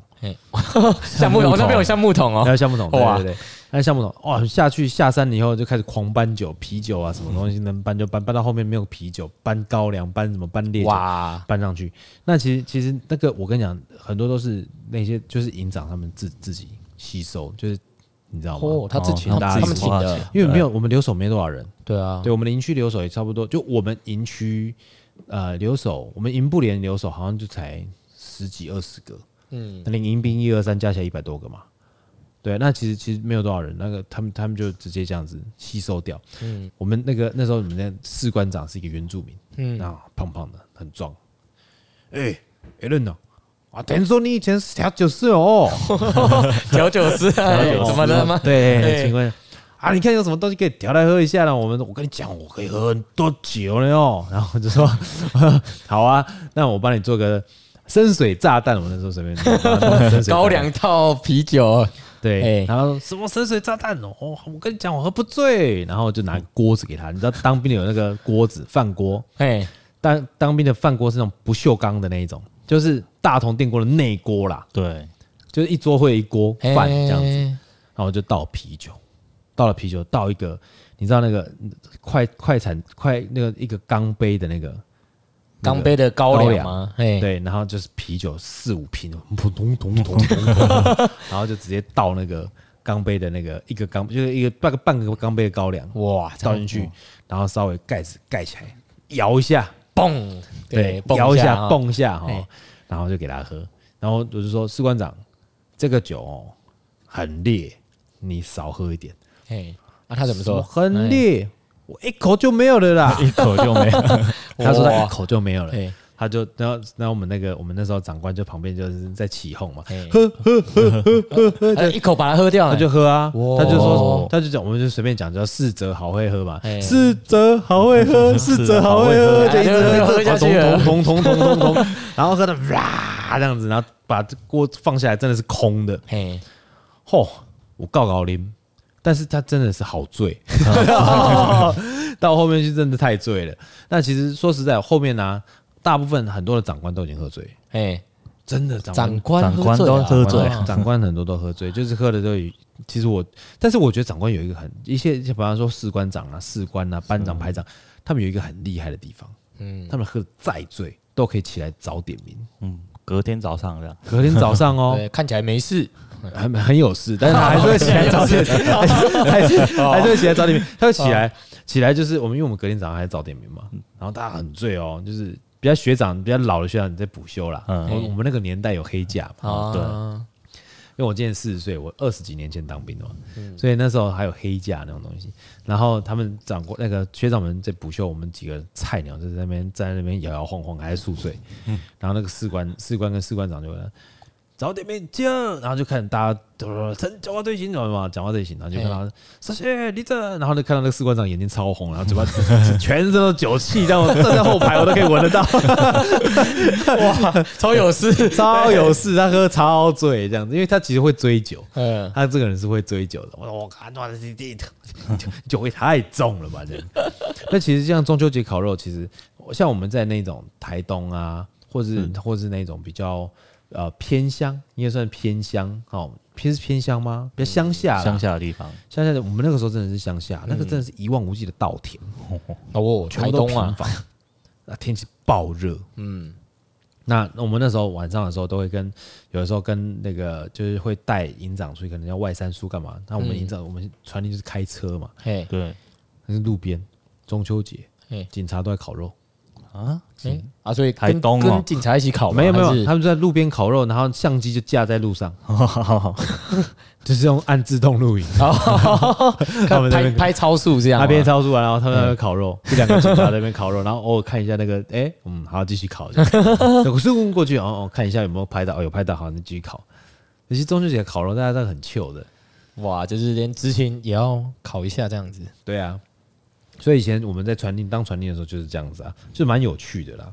B: 橡木桶那边有橡木桶
A: 还
B: 哦，
A: 有橡木桶，对
B: 哇
A: 对对，还有橡木桶，哇，下去下山了以后就开始狂搬酒、啤酒啊，什么东西能搬就搬，搬到后面没有啤酒，搬高粱，搬什么搬烈酒，
B: 哇，
A: 搬上去。那其实其实那个我跟你讲，很多都是那些就是营长他们自自己吸收，就是你知道吗？
B: 哦，他自己
A: 哦他
B: 他
A: 们
B: 们
A: 自
C: 己
B: 请
C: 花
B: 的
C: 钱，
A: 因为没有我们留守没多少人，
B: 对啊，
A: 对我们的营区留守也差不多，就我们营区呃留守，我们营部连留守好像就才十几二十个，
B: 嗯，
A: 那领营兵一二三加起来一百多个嘛。对，那其实其实没有多少人，那个他们他们就直接这样子吸收掉。嗯，我们那个那时候我们的士官长是一个原住民，嗯，然后胖胖的，很壮。哎、艾伦呢？啊，听说你以前是调酒师哦？
B: 调酒师啊，
C: 酒师
B: 怎么了哎吗？
A: 对，
B: 对
A: 请问啊，你看有什么东西可以调来喝一下呢？我们我跟你讲，我可以喝很多酒了哦。 *laughs* 然后我就说好啊，那我帮你做个深水炸弹。我那时候随便弄
B: *laughs*
A: 深水炸弹
B: 高粱套啤酒，
A: 对，
B: 哎
A: 然后什么深水炸弹哦，我跟你讲，我喝不醉，然后我就拿锅子给他，你知道当兵的有那个锅子饭锅，
B: 哎，
A: 当当兵的饭锅是那种不锈钢的那一种，就是大同电锅的内锅啦，
C: 对，
A: 就是一桌会一锅饭
B: 哎
A: 这样子，
B: 子，
A: 然后就倒啤酒，倒了啤酒，倒一个，你知道那个快快产快那个一个钢杯的那个，
B: 钢杯的高
A: 高
B: 粱
A: 粱
B: 吗？嘿，
A: 对，然后就是啤酒四五瓶，咚咚咚咚咚， *laughs* 然后就直接倒那个钢杯的那个一个钢就是一个半个半个钢杯的高粱
B: 哇，
A: 倒进去，然后稍微盖子盖起来，摇一下，
B: 蹦，对，蹦
A: 摇一
B: 啊
A: 下，蹦一下哈
B: 嘿，
A: 然后就给他喝。然后我就说，士官长，这个酒哦很烈，你少喝一点。
B: 嘿，那他怎么
A: 我
B: 说？哎
A: 很烈，我一口就没有了啦。
C: 一口就
A: *laughs*
C: 没了。
A: 他说他
B: 哇
A: 一口就没有了，
B: 嘿，
A: 他就然后然后我们那个我们那时候长官就旁边就是在起哄嘛，
B: 嘿
A: 喝喝，
B: 他呃一口把它喝掉，
A: 他就
B: 哎
A: 喝啊，
B: 哇
A: 他就说他就讲我们就随便讲叫四哲好会喝嘛
B: 嘿，
A: 四哲好会喝，四哲好会喝，
B: 哎
A: 就一直
B: 哎喝下去了
A: 咚咚咚咚咚咚咚，然后喝的哇这样子，然后把这锅放下来真的是空的，
B: 嘿，
A: 吼，我告高林，但是他真的是好 *laughs* 醉，到后面是真的太醉了。那其实说实在，后面呢、啊大部分很多的长官都已经喝醉，
B: 嘿，
A: 真的长
B: 长
A: 官哦
B: 官喝
C: 长官
B: 醉
C: 都
B: 了
C: 喝醉
B: 啊
C: 了
A: 长官很多都喝醉，就是喝的都有。其实我，但是我觉得长官有一个很一些，比方说士官长啊、士官啊、班长、排长，他们有一个很厉害的地方，
B: 嗯，
A: 他们喝得再醉都可以起来早点 *laughs* 名，
C: 嗯，隔天早上这样，
A: 隔天早上哦，
B: 对，看起来没事，
A: 很很有事，但是他还是会起来早点， *laughs* 还是哦还是还是会起来早点 *laughs* 名。他会起来起来就是我们，因为我们隔天早上还是早点名嘛，然后大家很醉哦，就是比较学长比较老的学长你在补休啦。
C: 嗯
A: 我我们那个年代有黑假嘛，
B: 啊，
A: 因为我今年四十岁，我二十几年前当兵的嘛，所以那时候还有黑假那种东西。然后他们长官那个学长们在补休，我们几个菜鸟就在那边在那边摇摇晃晃，还是宿醉。然后那个士官士官跟士官长就问。早点面见，然后就看大家都说成讲话队形，懂吗？讲话队形，然后就看
B: 哎
A: 到谢谢李正，然后就看到那个士官长眼睛超红，然后嘴巴 *laughs* 全身都酒气，但我站在后排我都可以闻得到。
B: *laughs* 哇，超有事，
A: *laughs* 超有事，他喝超醉这样子，因为他其实会追酒，
B: 嗯，
A: 他这个人是会追酒的。我说我靠，那这这酒酒味太重了吧？这样。 *laughs* 那其实像中秋节烤肉，其实像我们在那种台东啊，或是、或是那种比较呃偏乡，应该算偏乡哦，偏是偏乡吗？比较乡下啦，
C: 乡下的地方， *laughs*
A: 乡下的，我们那个时候真的是乡下，那个真的是一望无际的稻田，
B: 哦，
A: 全部
B: 台
A: 都
B: 东
A: 平
B: 啊，
A: 房， *laughs* 那天气爆热，嗯。那我们那时候晚上的时候都会跟，有的时候跟那个就是会带营长出去，可能要外山书干嘛？那我们营长、我们传令就是开车嘛，
B: 嘿，
C: 对
A: 那是路边中秋节
B: 嘿，
A: 警察都在烤肉，
C: 啊，
B: 哎啊，所以
C: 台
B: 跟
C: 东哦
B: 跟警察一起烤吗，
A: 没有没
B: 还
A: 有，
B: 是
A: 他们就在路边烤肉，然后相机就架在路上， *laughs* 就是用按自动录影，
B: 哦，
A: *laughs* 他们在那
B: 拍
A: 边
B: 拍超速这样吗，啊
A: 那边超速完，然后他们在那边烤肉，这两个警察在那边烤肉，然后偶尔看一下那个，哎、嗯，好，继续烤。这样我是问过去，哦哦，看一下有没有拍到，哦，有拍到，好，那继续烤。尤其中秋节烤肉，大家都很 chill 的，
B: 哇，就是连执勤也要烤一下这样子，
A: 对啊。所以以前我们在传令当传令的时候就是这样子啊，就蛮有趣的啦。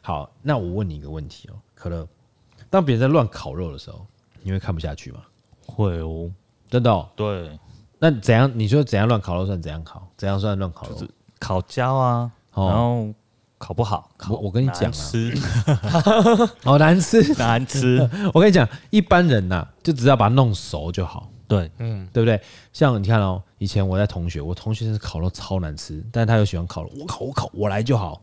A: 好，那我问你一个问题哦，可乐，当别人在乱烤肉的时候，你会看不下去吗？
C: *laughs* 会哦，
A: 真的、哦？
C: 对，
A: 那怎样？你说怎样乱烤肉算怎样烤？怎样算乱烤肉？
C: 烤焦啊，
A: 哦
C: 然后烤不好，烤
A: 我我跟你讲
C: 难
A: 啊
C: 吃
A: 好难吃。
C: 难吃，
A: 我跟你讲，一般人呐、就只要把它弄熟就好，
C: 对，
A: *laughs* 对不对？像你看哦，以前我在同学，我同学是烤肉超难吃，但是他又喜欢烤肉，我烤我烤我来就好。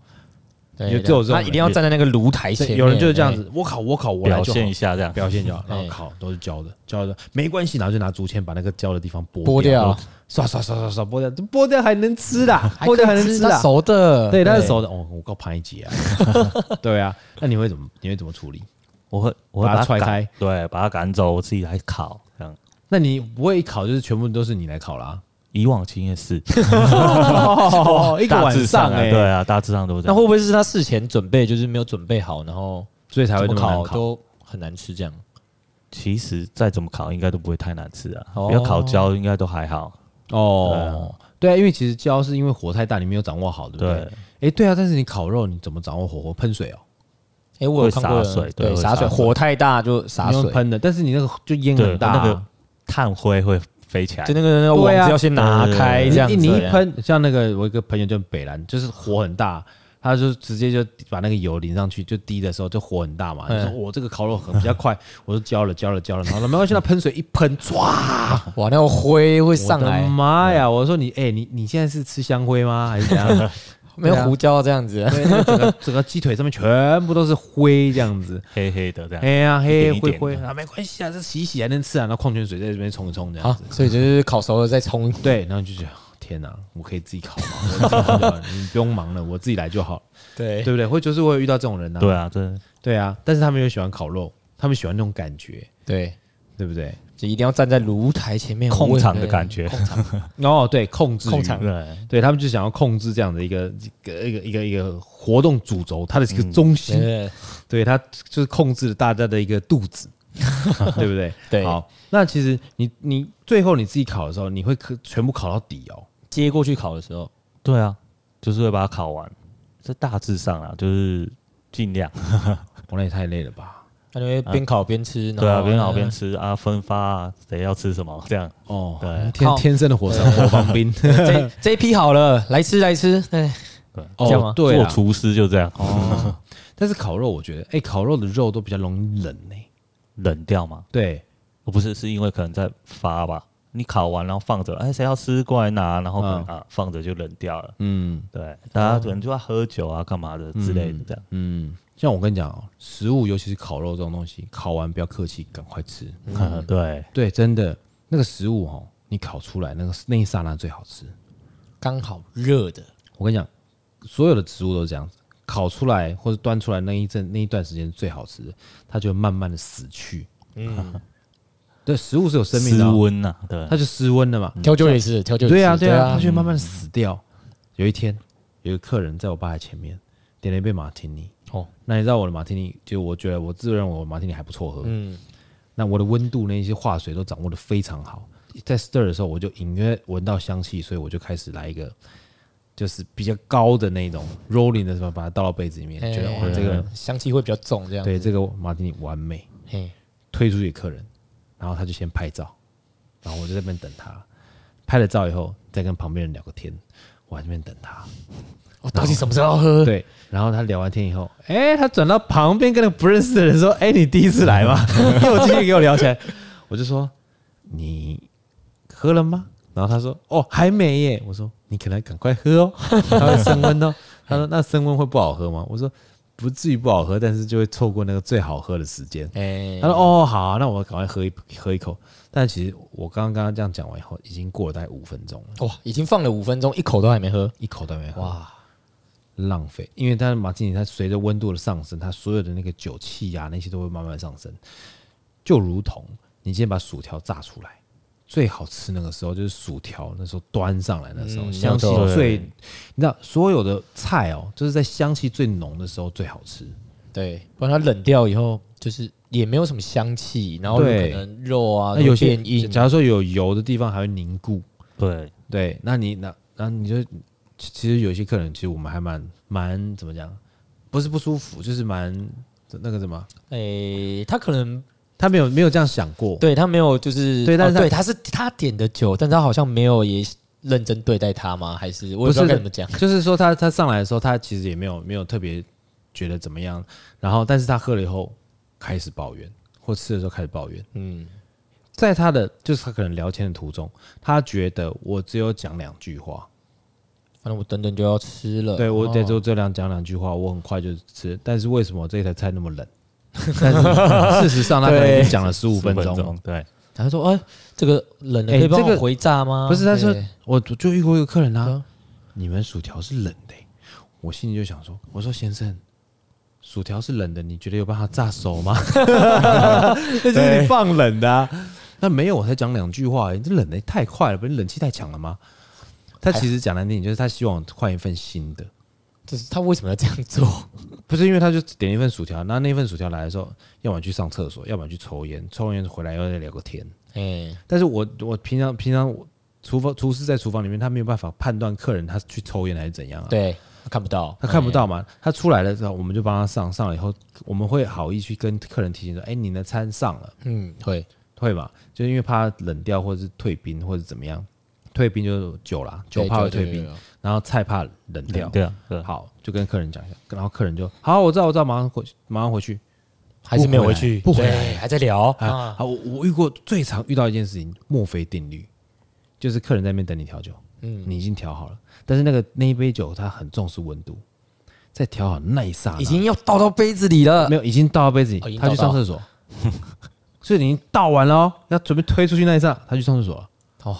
B: 对，
A: 有只有这种
B: 他一定要站在那个炉台
A: 所
B: 前
A: 以
B: 面，
A: 有人就是这样子，我烤我烤我来
C: 表
A: 就好
C: 现一，下这样，
A: 表现就 *laughs* 好。然后
B: 哎
A: 烤都是焦的，焦的没关系，然后就拿竹签把那个焦的地方剥
B: 剥掉，
A: 刷刷刷刷刷剥掉，这剥掉还能吃啦，
B: 哎，
A: 剥 *laughs* 掉还能
B: 它
A: 啦。
B: 熟的，
A: 对，它是熟的哦，我告盘一节啊， *laughs* 对啊，那你会怎么？你会怎么处理？
C: 我会我会
A: 把它
C: 把
A: 踹
C: 赶
A: 开，
C: 对，把它赶走，我自己来烤这样。
A: 那你不会一烤就是全部都是你来烤啦？
C: 以往经
A: *laughs*
C: 验是
A: 哦，一个
C: 大
A: 晚
C: 致上
A: 上
C: 啊
A: 哎，
C: 对啊，大致上都
B: 那
C: 这样。
B: 会不会是他事前准备就是没有准备好，然后
A: 所以才会
B: 怎
A: 这
B: 么
A: 么难
B: 烤
A: 烤。
B: 都很难吃这样？
C: 其实再怎么烤，应该都不会太难吃啊，
B: 哦
C: 不要烤焦，应该都还好。
A: 哦，对啊，因为其实焦是因为火太大，你没有掌握好，对不对？
C: 对，
A: 哎，对啊，但是你烤肉你怎么掌握火候？喷水哦，
B: 哎，我有
C: 会
B: 看过
C: 洒水对
B: 对，
C: 会
B: 洒
C: 洒
B: 水，
C: 水
B: 火太大就洒
A: 你用
B: 水，
A: 喷的，但是你那个就烟
C: 对
A: 很大
C: 那个
A: 啊。
C: 炭灰会飞起来
B: 就。那个那个
A: 对
B: 网
A: 啊
B: 子要先拿啊
C: 对对对
B: 开
C: 那
B: 这样
A: 你
B: 子，
A: 你一喷，像那个我一个朋友叫北兰，就是火很大，他就直接就把那个油淋上去，就滴的时候就火很大嘛。
B: 嗯
A: 他说我这个烤肉很比较快，我就浇了浇了浇了，然后没关系，那喷水一喷，唰，
B: 哇，那个灰会上
A: 我
B: 来
A: 的，妈呀！我说你哎、你你现在是吃香灰吗？还是怎样？
B: 没有胡椒这样子，
A: 对，那个整个整个鸡腿上面全部都是灰，这样
C: *laughs*
A: 子。
C: 黑黑的这样。
A: 哎呀，黑
C: 点
A: 黑
C: 一
A: 灰
C: 点
A: 灰啊，没关系啊，这洗一洗还能吃啊。那矿泉水在这边冲一冲这样
B: 好
A: 子。，
B: 所以就是烤熟了再冲。
A: 对，然后就觉得哦天哪，我可以自己烤吗？我自己烤就好了 *laughs* 你不用忙了，我自己来就好，
B: 对
A: 对不对？会就是会遇到这种人啊。
C: 哎对啊，这
A: 对啊，但是他们又喜欢烤肉，他们喜欢那种感觉，
B: 对，
A: 对不对？
B: 就一定要站在炉台前面
C: 控
B: 问
C: 场的感
A: 哎
C: 觉
B: 控场
A: 哦，对，控制欲
B: 控场
C: 对
A: 对他们就想要控制这样的一个一个一个一个一个活动主轴，它的一个
C: 嗯
A: 中心，
C: 哎
A: 对
B: 对
A: 它就是控制了大家的一个肚
C: *laughs*
A: 子，对不对？
B: 对
A: 好，那其实你你最后你自己烤的时候，你会可全部烤到底哦。
B: 接过去烤的时候，
C: 对啊，就是会把它烤完。这大致上啊，就是尽量
A: 哦我那也太累了吧？
B: 他就会边烤边吃，
C: 对啊，边烤边
A: 嗯
B: 吃。
C: 吃啊，分发啊，谁要吃什么 *laughs* 这样。
A: 哦，
C: 对
A: 天
B: 好
A: 天生的火山火防兵 *laughs*
B: 嗯 *laughs* 这这一批好了，来吃来吃，哎对，
C: 对，
B: 这样吗
A: 哦，对哦
C: 做
A: 啦
C: 厨师就这样，
A: 但是烤肉我觉得，哎，烤肉的肉都比较容易冷呢、
C: 冷掉嘛。
A: 对，
C: 哦不是，是因为可能在发吧。你烤完然后放着，哎，谁要吃过来拿，然后可能啊放着就冷掉了。
A: 嗯
C: 对，大家可能就要喝酒啊，干嘛的之类的这样。
A: 嗯，像我跟你讲哦，食物尤其是烤肉这种东西，烤完不要客气，赶快吃。
C: 对，
A: 对，真的那个食物哦，你烤出来那个那一刹那最好吃。
B: 刚好热的，
A: 我跟你讲，所有的植物都是这样子，烤出来或者端出来那一阵那一段时间最好吃，它就会慢慢的死去。
B: 嗯，
A: *laughs* 对，食物是有生命
C: 室
A: 的哦、
C: 温呐，啊对，
A: 它就失温了嘛。
B: 调酒也是，调酒也是
A: 对啊，对啊，
B: 啊
A: 它，就会慢慢地死掉。有一天，有一个客人在我吧台前面点了一杯马提尼。
B: 哦，
A: 那你知道我的马提尼，就我觉得我自认为我的马提尼还不错喝。
B: 嗯，
A: 那我的温度那些化水都掌握的非常好，在 stir 的时候我就隐约闻到香气，所以我就开始来一个就是比较高的那种 rolling 的什么，把它倒到杯子里面，觉得哇
B: 哎
A: 这个
B: 香气会比较重，这样
A: 啊对这个马提尼完美，
B: 嘿，
A: 推出给客人，然后他就先拍照，然后我就在那边等他，拍了照以后再跟旁边人聊个天，我还在那边等他，
B: 我哦到底什么时候要喝？
A: 对，然后他聊完天以后，哎、他转到旁边跟那个不认识的人说：“哎、你第一次来吗？” *laughs* 又继续给我聊起来，我就说：“你喝了吗？”然后他说：“哦，还没耶。”我说：“你可能赶快喝哦， *laughs* 它会升温哦。”他说：“那升温会不好喝吗？”我说：“不至于不好喝，但是就会错过那个最好喝的时间。”
B: 哎
A: 他，说：“哦，好啊、那我赶快喝一喝一口。”但其实我刚刚刚刚这样讲完以后，已经过了大概五分钟了，
B: 哇，已经放了五分钟，一口都还没喝，
A: 一口都没喝。
B: 哇，
A: 浪费，因为它的马提尼它随着温度的上升，它所有的那个酒气啊那些都会慢慢上升，就如同你今天把薯条炸出来，最好吃那个时候就是薯条那时候端上来那时候、
B: 嗯
A: 香气
C: 没错
A: 最，你知道所有的菜哦，就是在香气最浓的时候最好吃。
B: 对，不然它冷掉以后就是也没有什么香气，然后有可
A: 对
B: 能肉啊
A: 那有
B: 都会
A: 些
B: 变硬，
A: 假如说有油的地方还会凝固，
C: 对，
A: 对，那你那那你就其其实有些客人其实我们还蛮蛮怎么讲，不是不舒服，就是蛮那个什么，
B: 哎，他可能
A: 他没有没有这样想过。
B: 对他没有就是
A: 对但是
B: 哦
A: 他
B: 对他是他点的酒，但是他好像没有也认真对待他吗？还是我也不知道该怎么讲，
A: 就是说他他上来的时候，他其实也没有没有特别觉得怎么样，然后但是他喝了以后开始抱怨，或吃的时候开始抱怨，
B: 嗯，
A: 在他的就是他可能聊天的途中，他觉得我只有讲两句话，
B: 反正我等等就要吃了，
A: 对我
B: 哦
A: 得就这两讲两句话，我很快就吃，但是为什么这台菜那么
B: *laughs*
A: 冷？但是事实上，他可能已经讲了十五分
C: 15
A: 钟。
C: 对，
B: 他就说：“哎，这个冷的
A: 哎
B: 可以帮
A: 这
B: 我
A: 个
B: 回炸吗？”
A: 不是，他说
B: 哦对
A: 我就遇过一个客人
B: 对
A: 啊
B: 啊，
A: 你们薯条是冷的欸、我心里就想说，我说先生，薯条是冷的，你觉得有办法炸熟吗？ *laughs* 那就是你放冷的、啊，那没有，我才讲两句话而已、你这冷的也太快了，不是冷气太强了吗？他其实讲难听点，就是他希望换一份新的，
B: 就是他为什么要这样
A: *laughs*
B: 做？
A: 不是因为他就点一份薯条，那那份薯条来的时候，要么去上厕所，要么去抽烟，抽完烟回来又再聊个天。
B: 哎，
A: 但是我我平常平常我厨房厨师在厨房里面，他没有办法判断客人他去抽烟还是怎样啊，，
B: 对，他看不到，
A: 他看不到
B: 哎
A: 嘛。他出来的时候，我们就帮他上，上了以后，我们会好意去跟客人提醒说，哎、你的餐上了，
B: 哎，嗯，会，
A: 会吧？就是因为怕冷掉或者是退冰或者怎么样，退兵就是酒啦，酒怕会退
B: 对
A: 兵，，
B: 对对对
A: 然后菜怕冷掉。
C: 对啊，对啊，
A: 好，就跟客人讲一下，然后客人就好，我知道，我知道，马上回，马上回去。
B: 还是没有回去，
A: 不回来
B: 对还在聊
A: 啊，
B: 啊，
A: 好，我我遇过最常遇到一件事情，墨菲定律，就是客人在那边等你调酒，嗯，你已经调好了，但是那个那一杯酒它很重视温度，在调好那一刹那，
B: 已经要倒到杯子里了
A: 没。有已经倒到杯子
B: 哦
A: 里，
B: 已经
A: 他去
B: 倒到
A: 上厕所， *laughs* 所以你已经倒完了哦，要准备推出去那一刹，他去上厕所了。
B: 哦，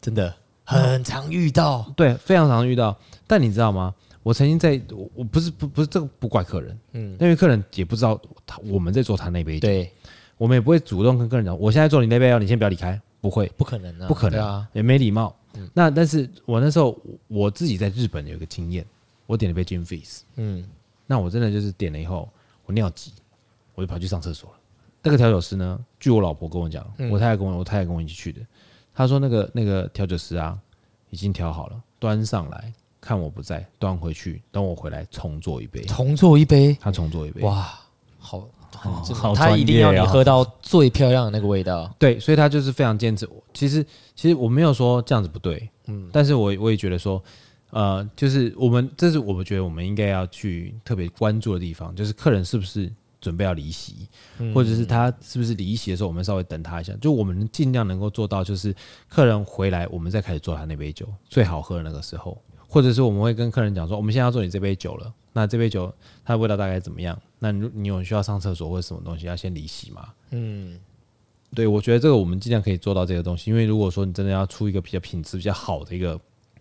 B: 真的很常遇到，
A: 对，非常常遇到。但你知道吗？我曾经在我我不是不不是这个不怪客人，嗯，因为客人也不知道他我们在做他那杯酒，
B: 对，
A: 我们也不会主动跟客人讲，我现在做你那杯哦，你先不要离开，不会，
B: 不可能啊，
A: 不可
B: 对
A: 能
B: 啊，
A: 也没礼貌。那但是我那时候我自己在日本有一个经验，我点了杯 gin fizz，
B: 嗯，
A: 那我真的就是点了以后我尿急，我就跑去上厕所了。那个调酒师呢，据我老婆跟我讲，
B: 嗯
A: 我太太跟我我太太跟我一起去的，她说那个那个调酒师啊已经调好了，端上来，看我不在，端回去，等我回来重做一杯，
B: 重做一杯，
A: 他重做一杯。
B: 哇，好，
C: 哦
B: 很
C: 好
B: 他
C: 专
B: 一定
C: 业
B: 要你
C: 哦
B: 喝到最漂亮的那个味道，
A: 对，所以他就是非常坚持我。其实，其实我没有说这样子不对，嗯，但是我我也觉得说，呃，就是我们这是我们觉得我们应该要去特别关注的地方，就是客人是不是准备要离席，或者是他是不是离席的时候，我们稍微等他一下，就我们尽量能够做到，就是客人回来，我们再开始做他那杯酒最好喝的那个时候，或者是我们会跟客人讲说，我们现在要做你这杯酒了，那这杯酒它的味道大概怎么样？那你你有需要上厕所或者什么东西要先离席吗？
B: 嗯，
A: 对，我觉得这个我们尽量可以做到这个东西，因为如果说你真的要出一个比较品质比较好的一个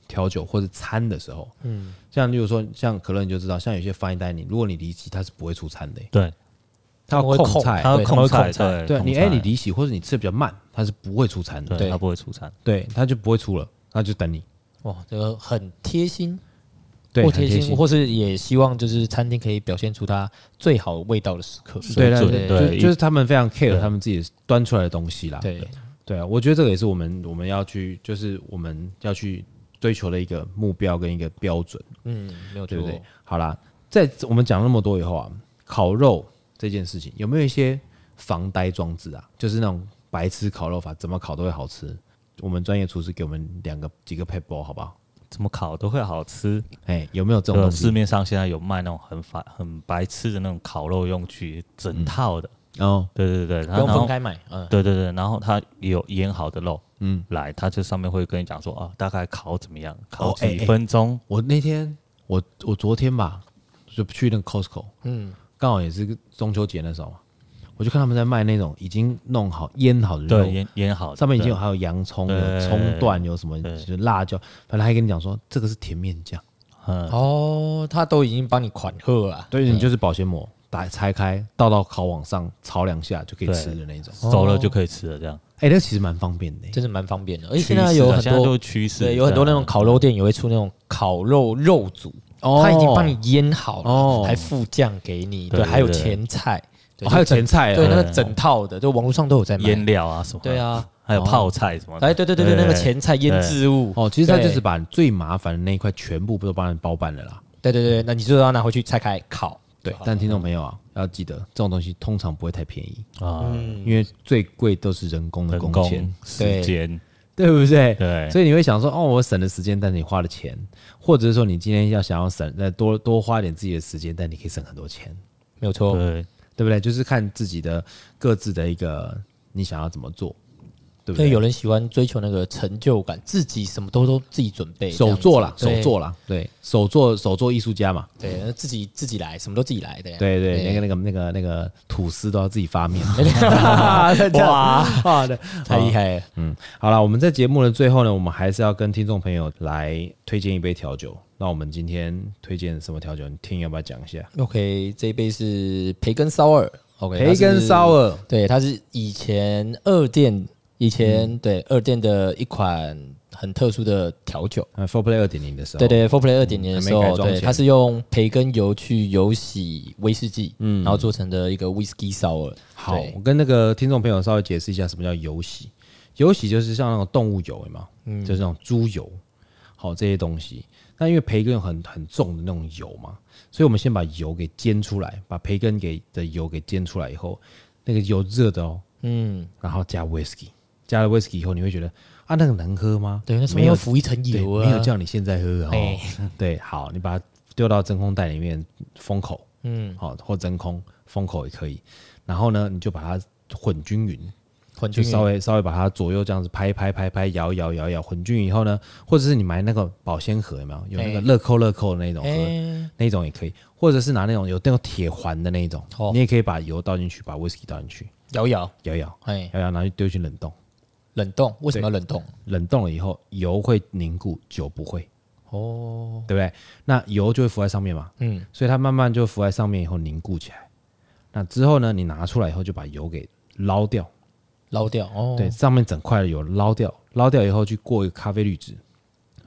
A: 调酒或者餐的时候，嗯，像例如说像可乐你就知道，像有些 fine dining，如果你离席，它是不会出餐的、
C: 对，
A: 它要
B: 他们会
A: 控
B: 控
A: 菜，
C: 他
B: 对
C: 会
B: 他们
C: 控
B: 会
C: 菜，
B: 控菜
A: 对
C: 对，
A: 你
C: 控
A: 哎
C: 菜
A: 你离席或者你吃的比较慢，它是不会出餐的，
C: 对，他不会出餐，
A: 对，它就不会出了，那就等你，
B: 哇，这个很贴心，
A: 对，
B: 或
A: 很
B: 贴
A: 心
B: 心，，或是也希望就是餐厅可以表现出它最好味道的时刻，
A: 对
C: 水
A: 对
C: 准对
A: 对，就就是他们非常 care
C: 对
A: 他们自己端出来的东西啦，
B: 对，
A: 对啊，我觉得这个也是我们我们要去，就是我们要去追求的一个目标跟一个标准。
B: 嗯，没有
A: 对
B: 错
A: 不，对？好啦，在我们讲那么多以后啊，烤肉这件事情有没有一些防呆装置啊？就是那种白痴烤肉法，怎么烤都会好吃。我们专业厨师给我们两个几个 p a p e r 好不好？
C: 怎么烤都会好吃。
A: 哎、有没有这种
C: 呃
A: 东
C: 市
A: 西？
C: 面上现在有卖那种很法很白痴的那种烤肉用具，整套的。
A: 哦，
C: 对对对，
B: 不
C: 然
B: 用分
C: 后
B: 开买，嗯，
C: 对对对，然后它有腌好的肉，嗯，来，它这上面会跟你讲说啊，大概烤怎么样，烤
A: 哦哎
C: 几
A: 哎
C: 分钟，
A: 我那天我我昨天吧，就去那个 Costco，嗯，刚好也是中秋节那时候嘛，我就看他们在卖那种已经弄好腌好的肉，
C: 对，腌腌好的，
A: 上面已经有
C: 对
A: 还有洋葱、
C: 对
A: 有葱段、有什么
C: 对
A: 就是辣椒，反正还跟你讲说这个是甜面酱。
C: 嗯，
B: 哦，他都已经帮你款啊贺了，
A: 对，你就是保鲜膜打拆开，倒到烤网上炒两下就可以
C: 对
A: 吃的那种。
C: 熟了就可以吃了，这样。
A: 哎、那个其实蛮方便的、
B: 真是蛮方便的，而且
C: 趋
B: 现
C: 势啊
B: 在有很
C: 现在都
B: 多
C: 是趋势，啊
B: 对，有很多
C: 这
A: 啊
B: 那种
C: 样
B: 烤肉店也会出那种烤肉肉组，
A: 哦
B: 他已经帮你腌好了，
A: 哦
B: 还附酱给你，
C: 对
B: 对，
C: 对
B: 还有
C: 对
B: 前菜，对
A: 哦还有
B: 就整
A: 前菜啊
B: 对，那个
C: 对
B: 整套的，就网络上都有在卖
C: 腌，料啊什么，
B: 对，啊，
C: 还有泡菜什么的，
B: 哎，对对对对，那个前菜腌制物，
A: 哦，其实它
B: 对
A: 就是把最麻烦的那一块全部都帮你包办了啦。
B: 对对对，那你就要拿回去拆开烤，
A: 对，但听众朋友啊，要记得这种东西通常不会太便宜，
C: 啊，
B: 嗯
A: 因为最贵都是人工的
C: 人
A: 嗯工
C: 工
A: 钱，
C: 时间，
A: 对不对？
C: 对
A: 所以你会想说，哦，我省了时间，但你花了钱，或者是说你今天要想要省，再多多花一点自己的时间，但你可以省很多钱。
B: 没有错，
C: 对，
A: 对不对？就是看自己的各自的一个你想要怎么做，对不
B: 因为
A: 对？
B: 有人喜欢追求那个成就感，自己什么都都自己准备，
A: 手做啦，
B: 这样
A: 手
B: 子
A: 做，啦，对，手做手做艺术家嘛，
B: 对对，那自己自己来，什么都自己来的呀，
A: 对对，
B: 对
A: 那个那个那个那个吐司都要自己发
B: *laughs*
A: 面，
B: 哇，
A: *laughs* 哇，对，
B: 太厉害了，
A: 嗯，好了，我们在节目的最后呢，我们还是要跟听众朋友来推荐一杯调酒。那我们今天推荐什么调酒？你听要不要讲一下？
B: OK，这一杯是培根烧耳。OK，
A: 培根烧
B: 耳，
A: 耳，
B: 对，它是以前二店以前、对二店的一款很特殊的调酒。
A: 呃 f o r Play 二点零的时候，
B: 对对，Four Play 二点零的
A: 还没
B: 时
A: 改
B: 候，
A: 装
B: 对，
A: 前
B: 它是用培根油去油洗威士忌，嗯，然后做成的一个 Whisky 烧耳。
A: 好
B: 对，
A: 我跟那个听众朋友稍微解释一下什么叫油洗。油洗就是像那种动物油有没有
B: 嗯
A: 就是那种猪油，好这些东西。那因为培根有很很重的那种油嘛，所以我们先把油给煎出来，把培根给的油给煎出来以后，那个油热的哦，
B: 嗯，
A: 然后加 whisky，加了 whisky 以后，你会觉得啊，那个能喝吗？
B: 对，那时候
A: 没有
B: 要浮一层
A: 对，
B: 油啊，
A: 没有叫你现在喝哦
B: 哎。
A: *laughs* 对，好，你把它丢到真空袋里面封口，
B: 嗯
A: 好、或真空封口也可以。然后呢，你就把它混均匀，
B: 混
A: 就
B: 均
A: 稍
B: 匀，
A: 微稍微把它左右这样子拍拍拍拍，摇摇摇摇，混均匀以后呢，或者是你买那个保鲜盒有没有？有那个
B: 哎
A: 乐扣乐扣的那种盒，
B: 哎，
A: 那种也可以，或者是拿那种有那种铁环的那一种，
B: 哦
A: 你也可以把油倒进去，把 whisky 倒进去，
B: 摇摇，
A: 摇摇
B: 哎，
A: 摇摇，然后就丢进冷冻，
B: 冷冻，为什么要冷冻？
A: 冷冻了以后油会凝固，酒不会，
B: 哦，
A: 对不对？那油就会浮在上面嘛，
B: 嗯，
A: 所以它慢慢就浮在上面以后凝固起来。那之后呢，你拿出来以后就把油给捞掉，
B: 捞掉，哦，
A: 对，，上面整块的油捞掉，捞掉以后去过一个咖啡滤纸，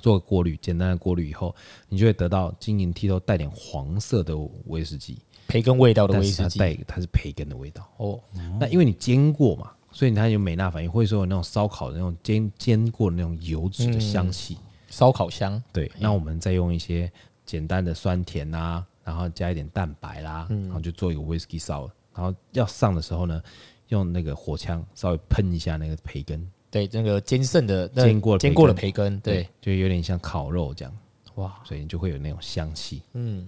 A: 做个过滤，简单的过滤以后，你就会得到晶莹剔透、带点黄色的威士忌，
B: 培根味道的
A: 但
B: 哦威
A: 是
B: 士
A: 它
B: 忌，
A: 带它是培根的味道。
B: 哦，
A: 那因为你煎过嘛，所以它有美纳反应，或者说有那种烧烤的那种煎煎过的那种油脂
B: 嗯
A: 的香气。
B: 烧烤香，
A: 对，那我们再用一些简单的酸甜啊，然后加一点蛋白啦，
B: 嗯
A: 然后就做一个 whisky sour。然后要上的时候呢，用那个火枪稍微喷一下那个培根，
B: 对，那个煎剩的，那
A: 煎过的培
B: 煎过的
A: 根
B: 培根，对，，
A: 就有点像烤肉这样，
B: 哇，
A: 所以你就会有那种香气，
B: 嗯，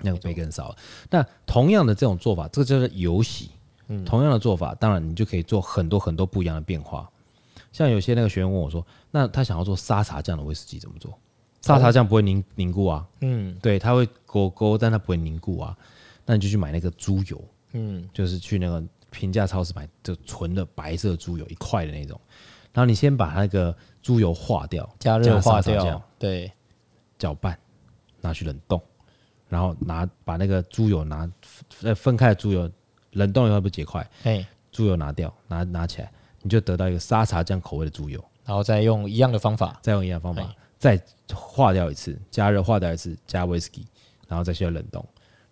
A: 那个培根 sour。那同样的这种做法，这个叫做油洗。
B: 嗯
A: 同样的做法，当然你就可以做很多很多不一样的变化。像有些那个学员问我说，那他想要做沙茶酱的威士忌怎么做？沙茶酱不会凝凝固啊，
B: 嗯
A: 对，它会勾勾，但它不会凝固啊。那你就去买那个猪油，
B: 嗯，
A: 就是去那个平价超市买就纯的白色猪油一块的那种。然后你先把那个猪油化掉，
B: 加热化
A: 沙茶酱
B: 掉，对，
A: 搅拌，拿去冷冻，然后拿把那个猪油拿呃分开的猪油冷冻以后不结块，
B: 哎，
A: 猪油拿掉，拿拿起来，你就得到一个沙茶酱口味的猪油。
B: 然后再用一样的方法，
A: 再用一样方法
B: 哎，
A: 再化掉一次，加热化掉一次，加 whisky，然后再需要冷冻。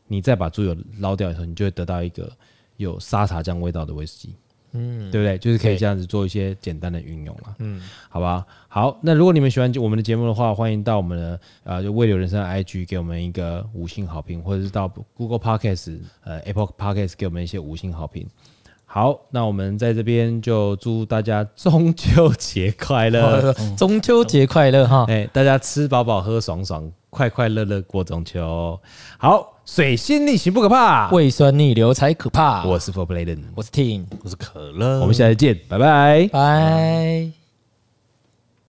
A: 你再把猪油捞掉以后，你就会得到一个有沙茶酱味道的威士忌，嗯，对不对？就是可以
B: 对
A: 这样子做一些简单的运用了，
B: 嗯，
A: 好吧？好，那如果你们喜欢我们的节目的话，欢迎到我们的呃就未流人生的 IG 给我们一个五星好评，或者是到 Google Podcast、呃 Apple Podcast 给我们一些五星好评。好，那我们在这边就祝大家中秋节快
B: *laughs*
A: 乐。
B: 中秋节快乐哈，
A: *laughs* 哎、大家吃饱饱，喝爽爽，快快乐乐过中秋。好，水星逆行不可怕。
B: 胃酸逆流才可怕，
A: 我是 For Bladen，
B: 我是 Tin，
D: 我是可乐，
A: 我们下次见，拜拜。
B: 拜。